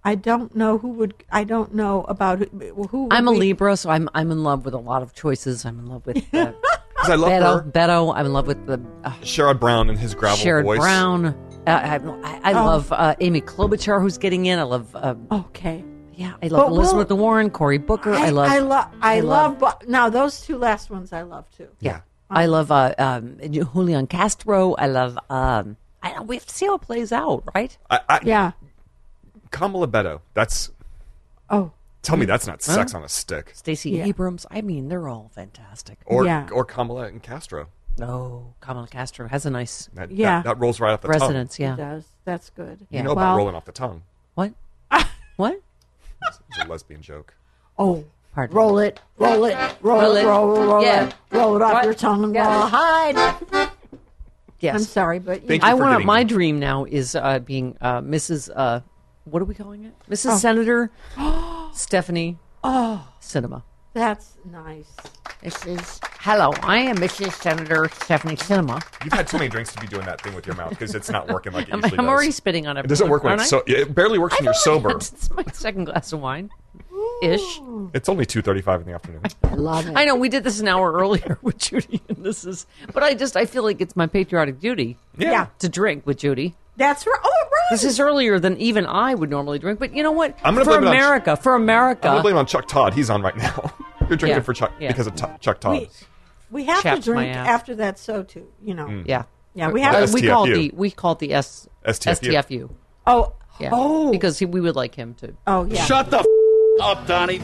Speaker 4: I don't know who would. I don't know about who. who would
Speaker 1: I'm a
Speaker 4: we-
Speaker 1: Libra, so I'm I'm in love with a lot of choices. I'm in love with
Speaker 4: *laughs*
Speaker 1: uh,
Speaker 5: 'Cause I love
Speaker 1: Beto.
Speaker 5: her.
Speaker 1: Beto. I'm in love with the uh,
Speaker 5: Sherrod Brown and his gravel
Speaker 1: Sherrod
Speaker 5: voice.
Speaker 1: Brown. Uh, I, I, I
Speaker 4: Oh.
Speaker 1: love uh, Amy Klobuchar, who's getting in. I love. Uh,
Speaker 4: Okay.
Speaker 1: yeah, I love
Speaker 4: But Will-
Speaker 1: Elizabeth Warren, Cory Booker. I, love.
Speaker 4: I love. I,
Speaker 1: I love-
Speaker 4: love. but now those two last ones I love too.
Speaker 1: Yeah. I love uh, um, Julian Castro. I love. Um, I, we have to see how it plays out, right?
Speaker 5: I, I,
Speaker 4: Yeah.
Speaker 5: Kamala Beto. That's
Speaker 4: Oh.
Speaker 5: tell
Speaker 1: Mm.
Speaker 5: me that's not sex on a stick.
Speaker 1: Stacey
Speaker 4: Yeah.
Speaker 1: Abrams. I mean, they're all fantastic.
Speaker 5: Or
Speaker 4: Yeah.
Speaker 5: or Kamala and Castro.
Speaker 1: No, Kamala Castro has a nice
Speaker 5: That, that-
Speaker 4: Yeah.
Speaker 5: that, rolls right off the
Speaker 1: residence.
Speaker 4: It
Speaker 1: Yeah.
Speaker 4: does. That's good.
Speaker 5: tongue. You know about
Speaker 4: well,
Speaker 5: rolling off the tongue.
Speaker 1: What? what?
Speaker 5: It's a lesbian joke.
Speaker 4: Oh.
Speaker 1: Pardon.
Speaker 4: Roll it, roll it, roll,
Speaker 1: Roll
Speaker 4: it,
Speaker 1: it.
Speaker 4: roll, roll, roll
Speaker 1: Yeah.
Speaker 4: it, roll it off your tongue and roll it hide.
Speaker 1: Yes.
Speaker 4: I'm sorry, but you
Speaker 5: Thank
Speaker 1: I
Speaker 5: you for
Speaker 1: want
Speaker 5: getting
Speaker 1: my
Speaker 5: me.
Speaker 1: dream now is uh, being uh, Mrs. Uh, what are we calling it? Mrs. Senator Stephanie Cinema.
Speaker 4: that's nice.
Speaker 1: This is hello. I am Mrs. Senator Stephanie Cinema.
Speaker 5: You've had too many drinks to be doing that thing with your mouth because it's not working like it
Speaker 1: *laughs* I'm,
Speaker 5: usually
Speaker 1: I'm
Speaker 5: does.
Speaker 1: already spitting on it.
Speaker 5: it doesn't work when it's so. It barely works when you're sober.
Speaker 1: *laughs* It's my second glass of wine, ish.
Speaker 5: It's only two thirty-five in the afternoon.
Speaker 4: I love it.
Speaker 1: I know we did this an hour earlier *laughs* with Judy, and this is. But I just I feel like it's my patriotic duty
Speaker 5: Yeah.
Speaker 1: to drink with Judy.
Speaker 4: That's right. Oh, right.
Speaker 1: This is earlier than even I would normally drink. But you know what?
Speaker 5: I'm gonna
Speaker 1: for
Speaker 5: blame it on-
Speaker 1: America, for America,
Speaker 5: I'm gonna blame it on Chuck Todd. He's on right now. *laughs* You're drinking
Speaker 1: Yeah.
Speaker 5: for Chuck
Speaker 1: Yeah.
Speaker 5: because of Tu- Chuck Todd.
Speaker 4: we, we have to
Speaker 1: Chapped my
Speaker 4: drink
Speaker 1: ass.
Speaker 4: after that so too. You know.
Speaker 1: Yeah.
Speaker 4: Yeah, we have
Speaker 1: Uh,
Speaker 5: to-
Speaker 1: we called
Speaker 5: STFU.
Speaker 1: the we called the S
Speaker 5: STFU.
Speaker 1: STFU.
Speaker 4: Oh.
Speaker 1: Yeah.
Speaker 4: Oh.
Speaker 1: Because he, we would like him to.
Speaker 4: Oh yeah.
Speaker 10: Shut the f- up, Donnie.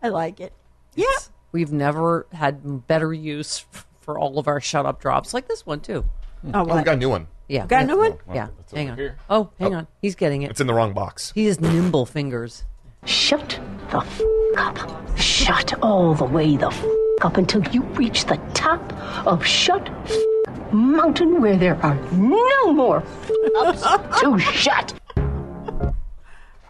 Speaker 4: I like it. Yeah.
Speaker 1: We've never had better use *laughs* f- for all of our shut up drops like this one too.
Speaker 4: Oh,
Speaker 5: Oh, we
Speaker 4: what?
Speaker 5: got a new one. Oh,
Speaker 1: Yeah.
Speaker 4: Got a new one?
Speaker 1: Yeah.
Speaker 7: It's
Speaker 1: Hang
Speaker 7: over
Speaker 1: on.
Speaker 7: here.
Speaker 1: Oh, hang on. He's getting it.
Speaker 5: It's in the wrong box.
Speaker 1: He has nimble fingers.
Speaker 11: Shut the f up. Shut all the way the f up until you reach the top of Shut f- Mountain where there are no more f ups to shut.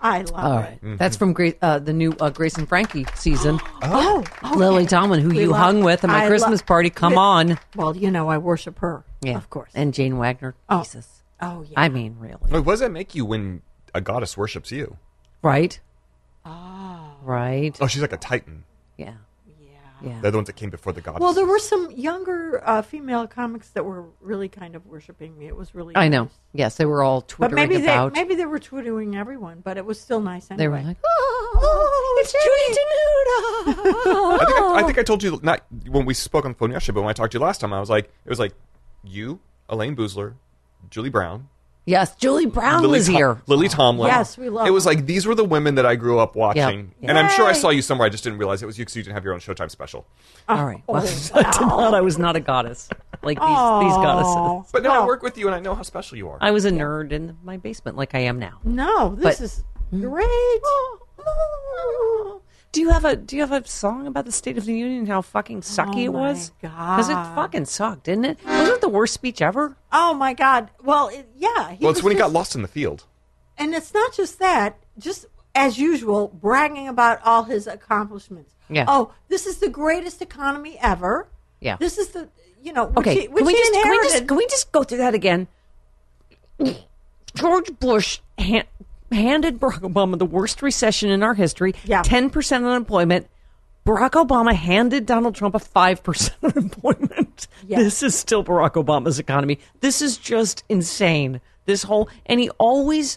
Speaker 4: I love
Speaker 1: All
Speaker 4: it.
Speaker 1: right. That's from Gra- uh, the new uh, Grace and Frankie season.
Speaker 4: Oh, oh,
Speaker 1: Lily Tomlin, who
Speaker 4: We
Speaker 1: you
Speaker 4: love-
Speaker 1: hung with at my
Speaker 4: I lo- *laughs*
Speaker 1: Christmas party. Come
Speaker 4: Li-
Speaker 1: on.
Speaker 4: Well, you know I worship her. Of course.
Speaker 1: And Jane Wagner.
Speaker 4: Oh.
Speaker 1: Jesus.
Speaker 4: Oh, yeah.
Speaker 1: I mean, really.
Speaker 5: What does that make you when a goddess worships you?
Speaker 1: Right?
Speaker 4: Ah.
Speaker 1: Right.
Speaker 5: Oh, she's like a titan.
Speaker 1: Yeah. Yeah.
Speaker 5: They're the ones that came before the goddess.
Speaker 4: Well, there were some younger uh, female comics that were really kind of worshiping me. It was really
Speaker 1: I know. Yes, they were all tweeting
Speaker 4: But maybe
Speaker 1: about.
Speaker 4: they maybe they were twittering everyone, but it was still nice anyway.
Speaker 1: They were like,
Speaker 4: "Oh, it's Judy *laughs* Denuda."
Speaker 5: I think I, I think I told you not when we spoke on the phone yesterday, but when I talked to you last time, I was like, it was like you, Elaine Boozler, Julie Brown,
Speaker 1: yes, Julie Brown
Speaker 5: Lily
Speaker 1: was
Speaker 5: Tom-
Speaker 1: here. Oh.
Speaker 5: Lily Tomlin.
Speaker 4: Yes, we love
Speaker 5: It was
Speaker 4: her.
Speaker 5: like these were the women that I grew up watching,
Speaker 1: Yep.
Speaker 5: and I'm sure I
Speaker 4: Yay.
Speaker 5: saw you somewhere. I just didn't realize it was you because you didn't have your own Showtime special.
Speaker 4: Oh,
Speaker 1: All right. Well, *laughs* I did not. I was not a goddess like these, these goddesses.
Speaker 5: But now I work with you, and I know how special you are.
Speaker 1: I was a nerd in my basement like I am now.
Speaker 4: No, this
Speaker 1: But- Hmm.
Speaker 4: is great.
Speaker 1: Do you have a Do you have a song about the State of the Union? and How fucking sucky it was? Because it
Speaker 4: God.
Speaker 1: fucking sucked, didn't it? Wasn't it the worst speech ever?
Speaker 4: Oh my God! Well, it, yeah.
Speaker 5: well, it's
Speaker 4: was
Speaker 5: when he
Speaker 4: just-
Speaker 5: got lost in the field.
Speaker 4: and it's not just that. Just as usual, bragging about all his accomplishments.
Speaker 1: Yeah.
Speaker 4: Oh, this is the greatest economy ever.
Speaker 1: Yeah.
Speaker 4: This is the you know. Which
Speaker 1: Okay.
Speaker 4: He, which
Speaker 1: can we
Speaker 4: he
Speaker 1: just can we just
Speaker 4: inherited.
Speaker 1: can we just go through that again? George Bush hand, handed Barack Obama the worst recession in our history.
Speaker 4: Yeah.
Speaker 1: Ten percent unemployment. Barack Obama handed Donald Trump a five percent unemployment.
Speaker 4: Yes.
Speaker 1: This is still Barack Obama's economy. This is just insane. This whole and he always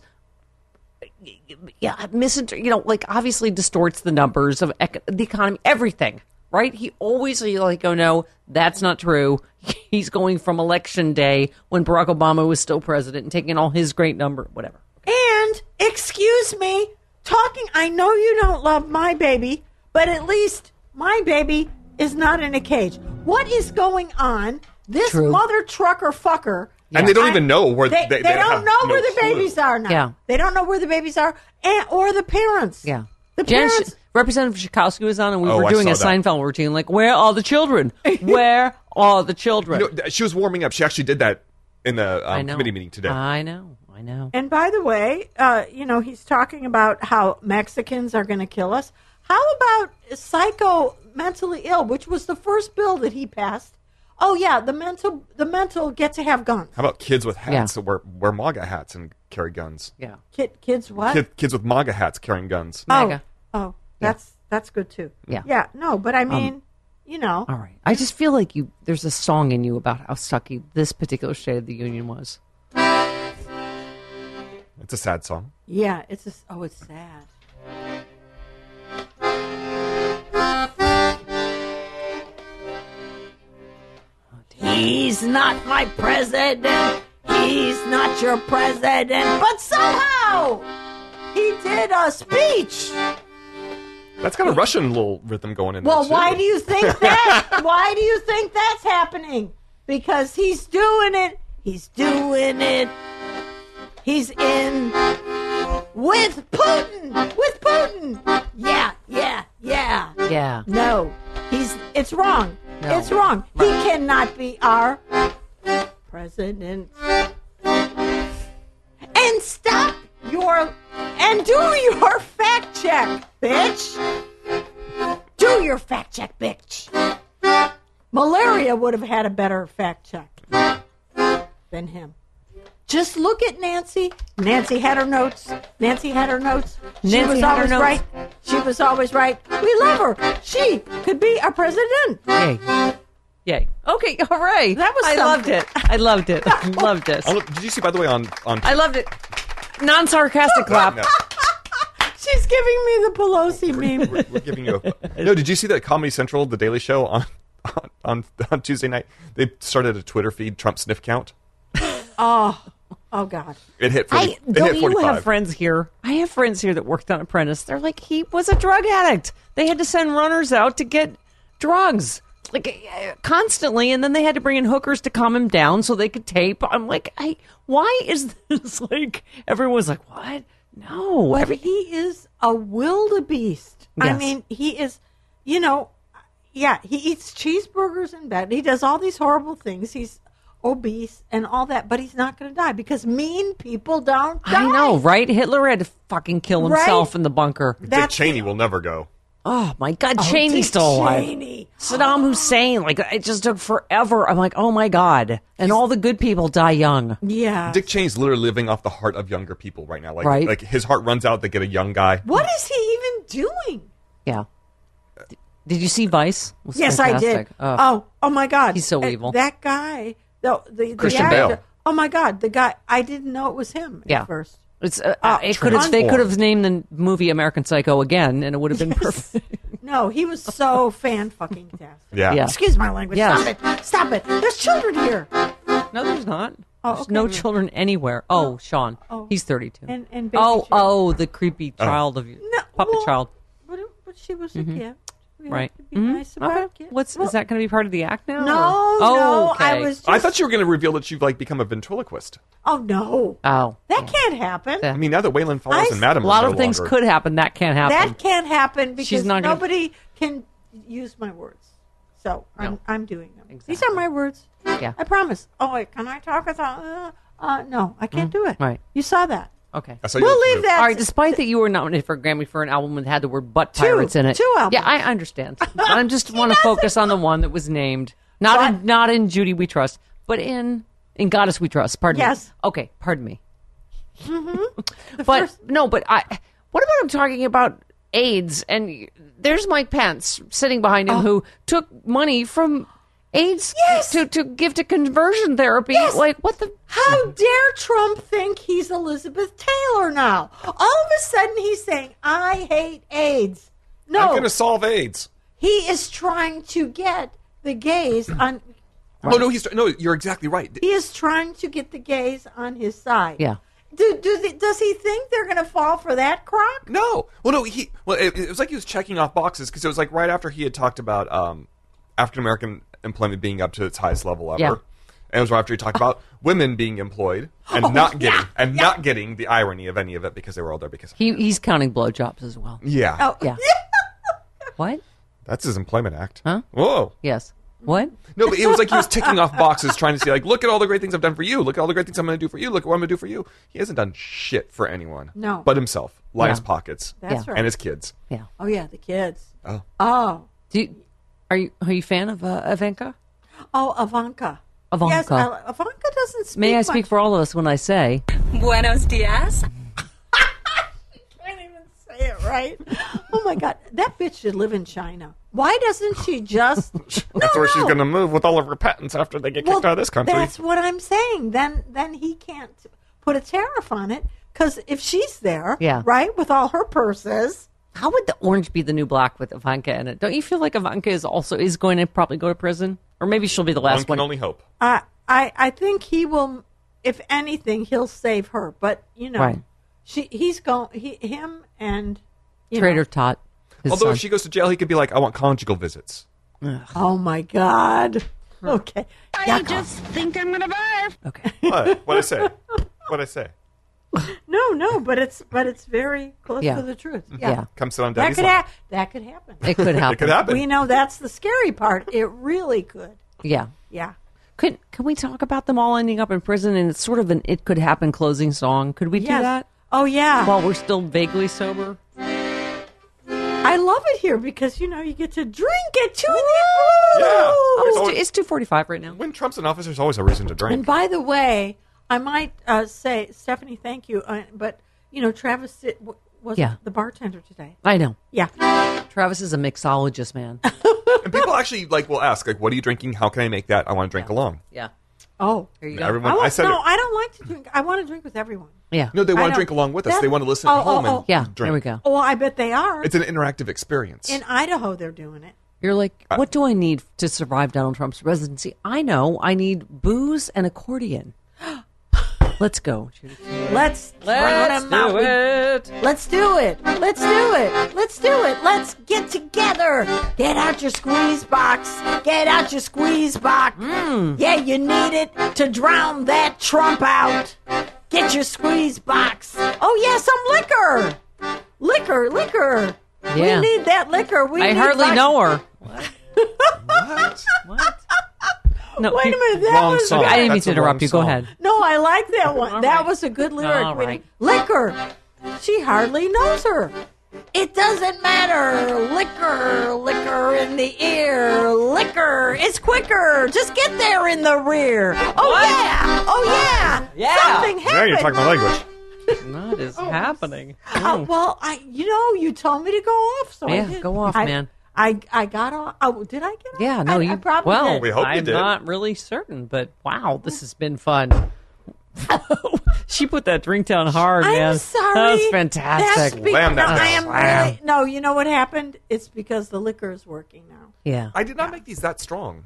Speaker 1: yeah, misinter- you know, like obviously distorts the numbers of ec- the economy, everything, right? He always he's like, oh no, that's not true. *laughs* He's going from election day when Barack Obama was still president and taking all his great number, whatever.
Speaker 4: And excuse me, talking. I know you don't love my baby, but at least my baby is not in a cage. What is going on? This
Speaker 1: True.
Speaker 4: mother trucker fucker.
Speaker 5: And they don't even know where
Speaker 4: They, they
Speaker 5: they- they
Speaker 4: don't
Speaker 5: have
Speaker 4: know
Speaker 5: no
Speaker 4: where the
Speaker 5: clue.
Speaker 4: babies are now.
Speaker 1: Yeah.
Speaker 4: They don't know where the babies are, and, or the parents.
Speaker 1: Yeah.
Speaker 4: The
Speaker 1: Jen,
Speaker 4: parents.
Speaker 1: Representative Schakowsky was on, and we
Speaker 5: Oh,
Speaker 1: were
Speaker 5: I
Speaker 1: doing a
Speaker 5: saw that.
Speaker 1: Seinfeld routine, like, "Where are the *laughs* children? Where are the children?"
Speaker 5: No, th- she was warming up. She actually did that in the
Speaker 1: I
Speaker 5: um,
Speaker 1: know. Uh,
Speaker 5: committee meeting today.
Speaker 1: I know, I know.
Speaker 4: And by the way, uh, you know, he's talking about how Mexicans are going to kill us. How about psycho mentally ill, which was the first bill that he passed? Oh yeah, the mental the mental get to have guns.
Speaker 5: How about kids with hats
Speaker 1: Yeah.
Speaker 5: that wear wear MAGA hats and carry guns?
Speaker 1: Yeah,
Speaker 4: Kid, kids what?
Speaker 5: Kid, kids with MAGA hats carrying guns.
Speaker 4: oh,
Speaker 1: MAGA.
Speaker 4: oh, that's that's good too.
Speaker 1: Yeah. Um,
Speaker 4: yeah. No, but I mean, you know,
Speaker 1: All right. I just feel like you. There's a song in you about how sucky this particular State of the Union was.
Speaker 5: It's a sad song.
Speaker 4: yeah, it's just oh, it's sad. He's not my president. He's not your president. But somehow he did a speech.
Speaker 5: That's got a Russian little rhythm going in there.
Speaker 4: Well,
Speaker 5: too.
Speaker 4: why do you think that? why do you think that's happening? Because he's doing it. He's doing it. He's in with Putin. With Putin. Yeah, yeah, yeah.
Speaker 1: Yeah.
Speaker 4: No, he's. It's wrong.
Speaker 1: No.
Speaker 4: It's wrong. He cannot be our president. And stop your and do your fact check, bitch. Do your fact check, bitch. Malaria would have had a better fact check than him. Just look at Nancy. Nancy had her notes. Nancy had her notes. she
Speaker 1: Nancy
Speaker 4: was
Speaker 1: had her
Speaker 4: always
Speaker 1: notes.
Speaker 4: right. She was always right. We love her. She could be our president.
Speaker 1: Yay. Yay. Okay. *laughs* Hooray.
Speaker 4: That was
Speaker 1: I loved
Speaker 4: something.
Speaker 1: it. I loved it. I *laughs* loved this.
Speaker 5: I don't- Did you see, by the way, on on *laughs*
Speaker 1: I loved it. Non sarcastic clap. *laughs*
Speaker 5: No.
Speaker 4: She's giving me the Pelosi
Speaker 1: *laughs*
Speaker 4: meme.
Speaker 5: We're giving you a. No, did you see that Comedy Central, The Daily Show on *laughs* on on, on Tuesday night? They started a Twitter feed Trump sniff count.
Speaker 4: Oh, oh God.
Speaker 5: It hit 40,
Speaker 1: I,
Speaker 5: it hit
Speaker 1: don't you
Speaker 5: 45.
Speaker 1: have friends here? I have friends here that worked on Apprentice. They're like, he was a drug addict. They had to send runners out to get drugs. Like uh, constantly, and then they had to bring in hookers to calm him down so they could tape. I'm like, I, why is *laughs* this like? Everyone's like, what? No,
Speaker 4: But
Speaker 1: every,
Speaker 4: he is a wildebeest. I
Speaker 1: Yes.
Speaker 4: mean, he is, you know, yeah, he eats cheeseburgers in bed. He does all these horrible things. He's obese and all that, but he's not going to die because mean people don't die.
Speaker 1: I know, right? Hitler had to fucking kill himself
Speaker 4: Right?
Speaker 1: in the bunker.
Speaker 5: Dick
Speaker 4: That's
Speaker 5: Cheney will never go.
Speaker 1: oh my God,
Speaker 4: Oh, Dick
Speaker 1: Cheney's still alive.
Speaker 4: Cheney.
Speaker 1: Saddam Hussein, like it just took forever. I'm like, oh my God. And all the good people die young.
Speaker 4: Yeah.
Speaker 5: Dick Cheney's literally living off the heart of younger people right now. Like,
Speaker 1: Right.
Speaker 5: like his heart runs out, they get a young guy.
Speaker 4: What is he even doing?
Speaker 1: Yeah. Did you see Vice? It was
Speaker 4: yes, I did.
Speaker 1: fantastic.
Speaker 4: Oh. oh, my God,
Speaker 1: He's so
Speaker 4: Uh,
Speaker 1: evil.
Speaker 4: That guy, the, the, the
Speaker 1: Christian
Speaker 4: actor-
Speaker 1: Bale.
Speaker 4: Oh my God, the guy. I didn't know it was him.
Speaker 1: yeah.
Speaker 4: first.
Speaker 1: It's uh, uh, it could have, they could have named the movie American Psycho again, and it would have been perfect. *laughs*
Speaker 4: No, he was so fan fucking fast.
Speaker 1: Yeah. Yeah.
Speaker 4: Excuse my language.
Speaker 1: Yeah.
Speaker 4: Stop it. Stop it. There's children here.
Speaker 1: No, there's not.
Speaker 4: Oh,
Speaker 1: There's
Speaker 4: okay.
Speaker 1: no children anywhere. Oh, Sean, he's 32.
Speaker 4: And and baby
Speaker 1: oh,
Speaker 4: Ch-
Speaker 1: oh, the creepy
Speaker 4: Oh.
Speaker 1: child of you, puppet
Speaker 4: well,
Speaker 1: child,
Speaker 4: But, it- uh, but she was a
Speaker 1: Mhm.
Speaker 4: kid. We have
Speaker 1: right?
Speaker 4: to be
Speaker 1: Mhm.
Speaker 4: nice about
Speaker 1: Okay.
Speaker 4: kids.
Speaker 1: What's
Speaker 4: Well,
Speaker 1: is that going to be part of the act now?
Speaker 4: No,
Speaker 1: or-
Speaker 4: no,
Speaker 1: Oh, okay.
Speaker 4: I was. Just,
Speaker 5: I thought you were going to reveal that you've like become a ventriloquist.
Speaker 4: Oh no,
Speaker 1: Oh,
Speaker 4: that can't happen.
Speaker 5: I mean, now that Waylon Follows
Speaker 4: I-
Speaker 5: and Madam
Speaker 1: a lot of things could happen. That can't happen.
Speaker 4: That can't happen because
Speaker 1: She's not gonna-
Speaker 4: nobody can use my words. So I'm,
Speaker 1: No.
Speaker 4: I'm doing them. These are my words.
Speaker 1: Yeah.
Speaker 4: I promise. Oh, wait, can I talk? I thought, uh, uh, no, I can't do it.
Speaker 1: Mm-hmm. Right.
Speaker 4: You saw that.
Speaker 1: Okay.
Speaker 4: saw you We'll looked leave through. that-
Speaker 1: All right. Despite that, you were nominated for a Grammy for an album that had the word "butt pirates" in it.
Speaker 4: two albums.
Speaker 1: Yeah, I
Speaker 4: *laughs*
Speaker 1: understand. I just want to focus on the one that was named not in, not in Judy We Trust, but in in Goddess We Trust. Pardon me.
Speaker 4: Yes.
Speaker 1: Okay. Pardon me.
Speaker 4: The
Speaker 1: But
Speaker 4: first-
Speaker 1: no. But I. What about I'm talking about AIDS and there's Mike Pence sitting behind
Speaker 4: Oh.
Speaker 1: him who took money from AIDS to to give to conversion therapy. Like what the
Speaker 4: How dare Trump think he's Elizabeth Taylor now? All of a sudden, he's saying, I hate AIDS. No.
Speaker 5: I'm going to solve AIDS.
Speaker 4: He is trying to get the gays on.
Speaker 5: Oh no, he's no. You're exactly right.
Speaker 4: He is trying to get the gays on his side.
Speaker 5: Yeah.
Speaker 4: Do, do the, does he think they're going to fall for that crock?
Speaker 5: No. Well, no. He well, it, it was like he was checking off boxes because it was like right after he had talked about um, African American employment being up to its highest level ever,
Speaker 1: Yeah.
Speaker 5: and it was right after he talked
Speaker 1: *laughs*
Speaker 5: about women being employed and
Speaker 1: Oh,
Speaker 5: not getting and not getting the irony of any of it because they were all there because
Speaker 1: he he's counting blowjobs as well.
Speaker 5: yeah,
Speaker 4: Oh.
Speaker 1: Yeah. what?
Speaker 5: that's his employment act.
Speaker 1: Huh?
Speaker 5: Whoa.
Speaker 1: Yes. What?
Speaker 5: No, but it was like he was ticking off boxes, trying to see like, look at all the great things I've done for you. Look at all the great things I'm going to do for you. Look at what I'm going to do for you. He hasn't done shit for anyone.
Speaker 4: No.
Speaker 5: but himself, Linus
Speaker 4: Yeah.
Speaker 5: pockets,
Speaker 4: That's Yeah. right.
Speaker 5: and his kids.
Speaker 1: Yeah.
Speaker 4: Oh, yeah, the kids.
Speaker 5: Oh.
Speaker 4: Oh.
Speaker 1: Do you, are you are you a fan of uh, Ivanka?
Speaker 4: Oh, Ivanka.
Speaker 1: Ivanka.
Speaker 4: Yes, I, Ivanka doesn't speak.
Speaker 1: May I speak
Speaker 4: much.
Speaker 1: for all of us when I say
Speaker 12: Buenos dias.
Speaker 4: can't even say it right. Oh my God, that bitch should live in China. Why doesn't she just?
Speaker 5: *laughs* that's where she's going to move with all of her patents after they get kicked
Speaker 4: Well,
Speaker 5: out of this country.
Speaker 4: That's what I'm saying. Then, then he can't put a tariff on it because if she's there,
Speaker 1: Yeah.
Speaker 4: right, with all her purses,
Speaker 1: how would the orange be the new black with Ivanka in it? Don't you feel like Ivanka is also is going to probably go to prison, or maybe she'll be the last one?
Speaker 5: can only hope.
Speaker 4: I, I, I think he will. If anything, he'll save her. But you know,
Speaker 1: Right.
Speaker 4: she, he's going, he, him, and you know-
Speaker 1: Trader Tot. his
Speaker 5: Although
Speaker 1: son.
Speaker 5: if she goes to jail, he could be like, I want conjugal visits.
Speaker 4: Oh my God.
Speaker 1: Hmm.
Speaker 4: Okay.
Speaker 12: I just think I'm gonna barf.
Speaker 5: What? What I say? What I say?
Speaker 4: No, no, but it's but it's very close
Speaker 5: Yeah.
Speaker 4: to the truth.
Speaker 1: Mm-hmm.
Speaker 5: Yeah. Come sit on
Speaker 4: That
Speaker 5: daddy's
Speaker 4: could
Speaker 5: lap.
Speaker 4: ha- that could happen.
Speaker 1: It
Speaker 5: *laughs*
Speaker 1: could
Speaker 5: It
Speaker 1: happen.
Speaker 5: could happen.
Speaker 4: We know that's the scary part. It really could.
Speaker 1: yeah.
Speaker 4: Yeah.
Speaker 1: Could can we talk about them all ending up in prison? And it's sort of an it could happen closing song. Could we
Speaker 4: Yes.
Speaker 1: do that?
Speaker 4: Oh yeah.
Speaker 1: While we're still vaguely sober.
Speaker 4: I love it here because you know you get to drink at two in the
Speaker 5: Yeah.
Speaker 1: It's,
Speaker 5: Always-
Speaker 1: two- it's two forty five right now.
Speaker 5: When Trump's in office, there's always a reason to
Speaker 4: And *laughs*
Speaker 5: drink.
Speaker 4: by the way, I might uh, say, Stephanie, thank you. Uh, but you know, Travis sit, w- was
Speaker 1: Yeah.
Speaker 4: the bartender today.
Speaker 1: I know.
Speaker 4: Yeah.
Speaker 1: Travis is a mixologist, *laughs* man.
Speaker 5: and people actually like will ask, like, what are you drinking? How can I make that? I want to drink along.
Speaker 1: Yeah.
Speaker 4: Oh.
Speaker 1: There you
Speaker 5: go.
Speaker 4: I
Speaker 5: Everyone, I,
Speaker 4: want-
Speaker 5: said
Speaker 4: no,
Speaker 5: it.
Speaker 4: I don't like to drink. I want to drink with everyone.
Speaker 1: Yeah.
Speaker 5: No, they
Speaker 4: I
Speaker 5: want
Speaker 4: don't-
Speaker 5: to drink along with us.
Speaker 4: That-
Speaker 5: they want to listen
Speaker 4: Oh,
Speaker 5: at home
Speaker 4: oh, oh.
Speaker 5: and
Speaker 4: Yeah,
Speaker 5: drink.
Speaker 1: there we go.
Speaker 4: Oh, I bet they are.
Speaker 5: It's an interactive experience.
Speaker 4: In Idaho, they're doing it.
Speaker 1: You're like, what do I need to survive Donald Trump's presidency? I know I need booze and accordion. *gasps* Let's go.
Speaker 4: Let's
Speaker 1: Let's
Speaker 4: drown 'em out.
Speaker 1: do
Speaker 4: We-
Speaker 1: it.
Speaker 4: Let's do it. Let's do it. Let's do it. Let's get together. Get out your squeeze box. Get out your squeeze box.
Speaker 1: Hmm.
Speaker 4: Yeah, you need it to drown that Trump out. Get your squeeze box. Oh yeah, some liquor. Liquor, liquor.
Speaker 1: Yeah.
Speaker 4: We need that liquor. We
Speaker 1: I
Speaker 4: need
Speaker 1: hardly
Speaker 4: like-
Speaker 1: know
Speaker 4: *laughs*
Speaker 1: her.
Speaker 5: What?
Speaker 1: No,
Speaker 4: Wait a
Speaker 1: you-
Speaker 4: minute, that Wrong was- song.
Speaker 1: I didn't mean
Speaker 4: That's
Speaker 1: to
Speaker 4: a
Speaker 1: interrupt
Speaker 4: wrong
Speaker 1: you. Go
Speaker 4: song.
Speaker 1: ahead.
Speaker 4: No, I like that one. that was a good lyric.
Speaker 1: All
Speaker 4: We-
Speaker 1: right.
Speaker 4: Liquor. She hardly knows her.
Speaker 13: It doesn't matter. Liquor, liquor in the ear. Liquor is quicker. Just get there in the rear. Oh, yeah. Oh, yeah. Something happened.
Speaker 5: Now you're talking my language.
Speaker 1: What is
Speaker 4: Oh.
Speaker 1: happening?
Speaker 4: Uh, well, I you know you told me to go off, so I
Speaker 1: Yeah,
Speaker 4: did.
Speaker 1: go off,
Speaker 4: I-
Speaker 1: man.
Speaker 4: I I got off. Oh, did I get off?
Speaker 1: Yeah, no,
Speaker 4: I,
Speaker 1: you
Speaker 4: I probably
Speaker 1: well.
Speaker 4: did.
Speaker 1: I'm not really certain, but wow, this has been fun. *laughs* she put that drink down hard,
Speaker 4: I'm
Speaker 1: man.
Speaker 4: sorry.
Speaker 1: That was
Speaker 4: That's
Speaker 1: fantastic.
Speaker 4: because I am really no. You know what happened? It's because the liquor is working now.
Speaker 1: Yeah.
Speaker 5: I did not make these that strong.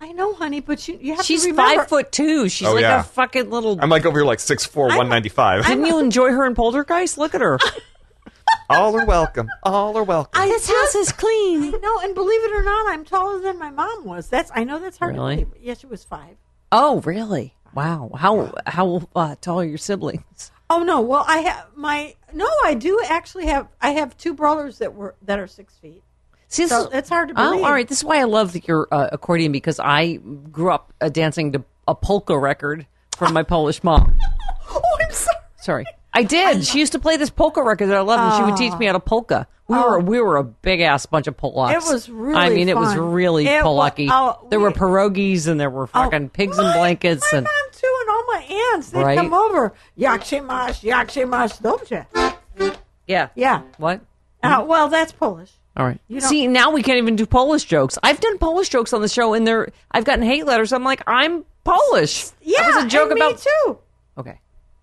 Speaker 4: I know, honey, but you you have
Speaker 1: She's
Speaker 4: to remember.
Speaker 1: five foot two. She's
Speaker 5: Oh,
Speaker 1: like
Speaker 5: yeah.
Speaker 1: a fucking little.
Speaker 5: I'm like over here like 6'4", 195.
Speaker 1: Didn't you enjoy her in Poltergeist? Look at *laughs* her.
Speaker 5: All are welcome. All are welcome.
Speaker 4: I
Speaker 1: this house is clean.
Speaker 4: No, and believe it or not, I'm taller than my mom was. That's I know that's hard.
Speaker 1: Really?
Speaker 4: To believe. Yeah, she was five.
Speaker 1: Oh, really? Wow. How how uh, tall are your siblings?
Speaker 4: Oh no, well I have my no, I do actually have I have two brothers that were that are six feet.
Speaker 1: See, this
Speaker 4: so
Speaker 1: is-
Speaker 4: it's hard to believe.
Speaker 1: Oh, all right. This is why I love that your uh, accordion because I grew up uh, dancing to a polka record from my Polish mom.
Speaker 4: *laughs* oh, I'm sorry.
Speaker 1: Sorry, I did. she used to play this polka record that I loved, and she would
Speaker 4: Ah.
Speaker 1: teach me how to polka. We were we were a big ass bunch of Polacks.
Speaker 4: Oh. It was really
Speaker 1: I mean, it was
Speaker 4: fun.
Speaker 1: really
Speaker 4: It wa-
Speaker 1: Polacki.
Speaker 4: oh,
Speaker 1: there were pierogies and there were fucking pigs and blankets and
Speaker 4: Mom too, and all my aunts they
Speaker 1: Right?
Speaker 4: would come over. Yakshimash, yakshimash, dobja.
Speaker 1: yeah
Speaker 4: yeah.
Speaker 1: What?
Speaker 4: Uh, well, that's Polish.
Speaker 1: All right.
Speaker 4: You don't-
Speaker 1: See, now we can't even do Polish jokes. I've done Polish jokes on the show, and they're I've gotten hate letters. I'm like, I'm Polish.
Speaker 4: Yeah,
Speaker 1: that was a joke
Speaker 4: and
Speaker 1: about.
Speaker 4: me too.
Speaker 1: Okay.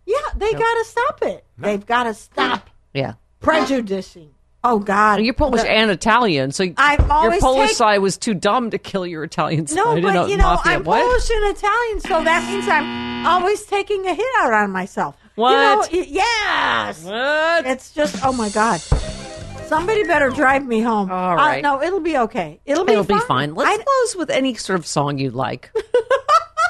Speaker 4: Yeah, they
Speaker 1: Nope.
Speaker 4: gotta stop it. They've gotta stop
Speaker 1: Yeah.
Speaker 4: prejudicing. Oh God,
Speaker 1: You're Polish
Speaker 4: The-
Speaker 1: and Italian, so
Speaker 4: I've
Speaker 1: your
Speaker 4: always
Speaker 1: Polish
Speaker 4: take-
Speaker 1: side was too dumb to kill your Italian side.
Speaker 4: No,
Speaker 1: in
Speaker 4: but
Speaker 1: a
Speaker 4: you know,
Speaker 1: mafia.
Speaker 4: I'm
Speaker 1: what?
Speaker 4: Polish and Italian, so that means I'm always taking a hit out on myself. You know,
Speaker 1: What?
Speaker 4: y- yes.
Speaker 1: What?
Speaker 4: It's just, oh my God. Somebody better drive me home. All
Speaker 1: right.
Speaker 4: no, it'll be okay. It'll be
Speaker 1: It'll
Speaker 4: fine.
Speaker 1: be fine. Let's close with any sort of song
Speaker 4: *laughs*
Speaker 1: you like.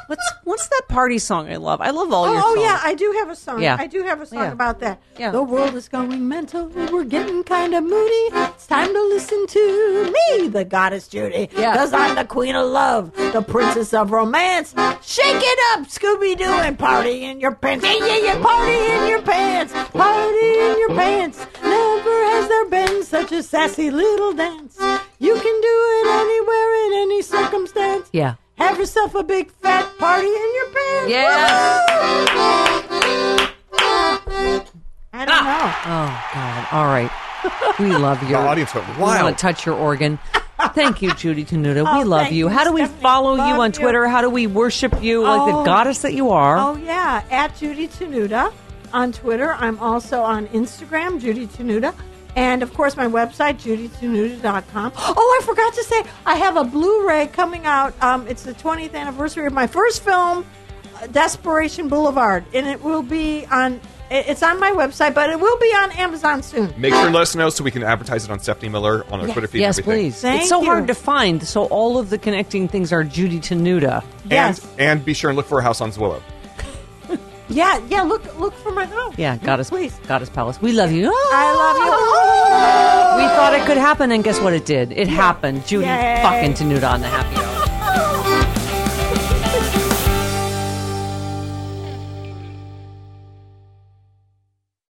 Speaker 1: what's what's that party song I love? I love all
Speaker 4: Oh,
Speaker 1: your
Speaker 4: oh,
Speaker 1: songs.
Speaker 4: yeah, I do have a song.
Speaker 1: Yeah.
Speaker 4: I do have a song
Speaker 1: Yeah.
Speaker 4: about that. The world is going mental. We're getting kind of moody. It's time to listen to me, the goddess Judy.
Speaker 13: Yeah.
Speaker 4: Because I'm the queen of love, the princess of romance. Shake it up, Scooby Doo, and party in your pants. Yeah, yeah, yeah, party in your pants. Party in your pants. Never has there been such a sassy little dance. You can do it anywhere in any circumstance.
Speaker 1: Yeah.
Speaker 4: Have yourself a big fat party in your pants. I don't know.
Speaker 1: Oh God! All right, we love you.
Speaker 5: The audience went
Speaker 1: We
Speaker 5: wild.
Speaker 1: want to touch your organ. Thank you, Judy Tenuta.
Speaker 4: Oh,
Speaker 1: we love
Speaker 4: thank
Speaker 1: you.
Speaker 4: you,
Speaker 1: How do we
Speaker 4: Stephanie.
Speaker 1: follow you
Speaker 4: Love
Speaker 1: on
Speaker 4: you.
Speaker 1: Twitter? How do we worship you like the
Speaker 4: Oh.
Speaker 1: goddess that you are?
Speaker 4: Oh yeah, at Judy Tenuta on Twitter. I'm also on Instagram, Judy Tenuta. And of course, my website, judytenuta.com. Oh, I forgot to say, I have a Blu ray coming out. Um, it's the 20th anniversary of my first film, uh, Desperation Boulevard. And it will be on, it- it's on my website, but it will be on Amazon soon.
Speaker 5: Make sure to let us know so we can advertise it on Stephanie Miller on our Twitter feed
Speaker 1: yes,
Speaker 5: and everything.
Speaker 1: please. it's so hard to find. So all of the connecting things are Judy Tenuta.
Speaker 5: And, and be sure and look for a house on Zwillow.
Speaker 4: Yeah, yeah, look look for my oh, house.
Speaker 1: Yeah, Goddess
Speaker 4: Please.
Speaker 1: Goddess Palace. We love you.
Speaker 4: I love you.
Speaker 1: We thought it could happen, and guess what? It did. It happened. Judy
Speaker 4: Yay.
Speaker 1: fucking Tenuta on the happy.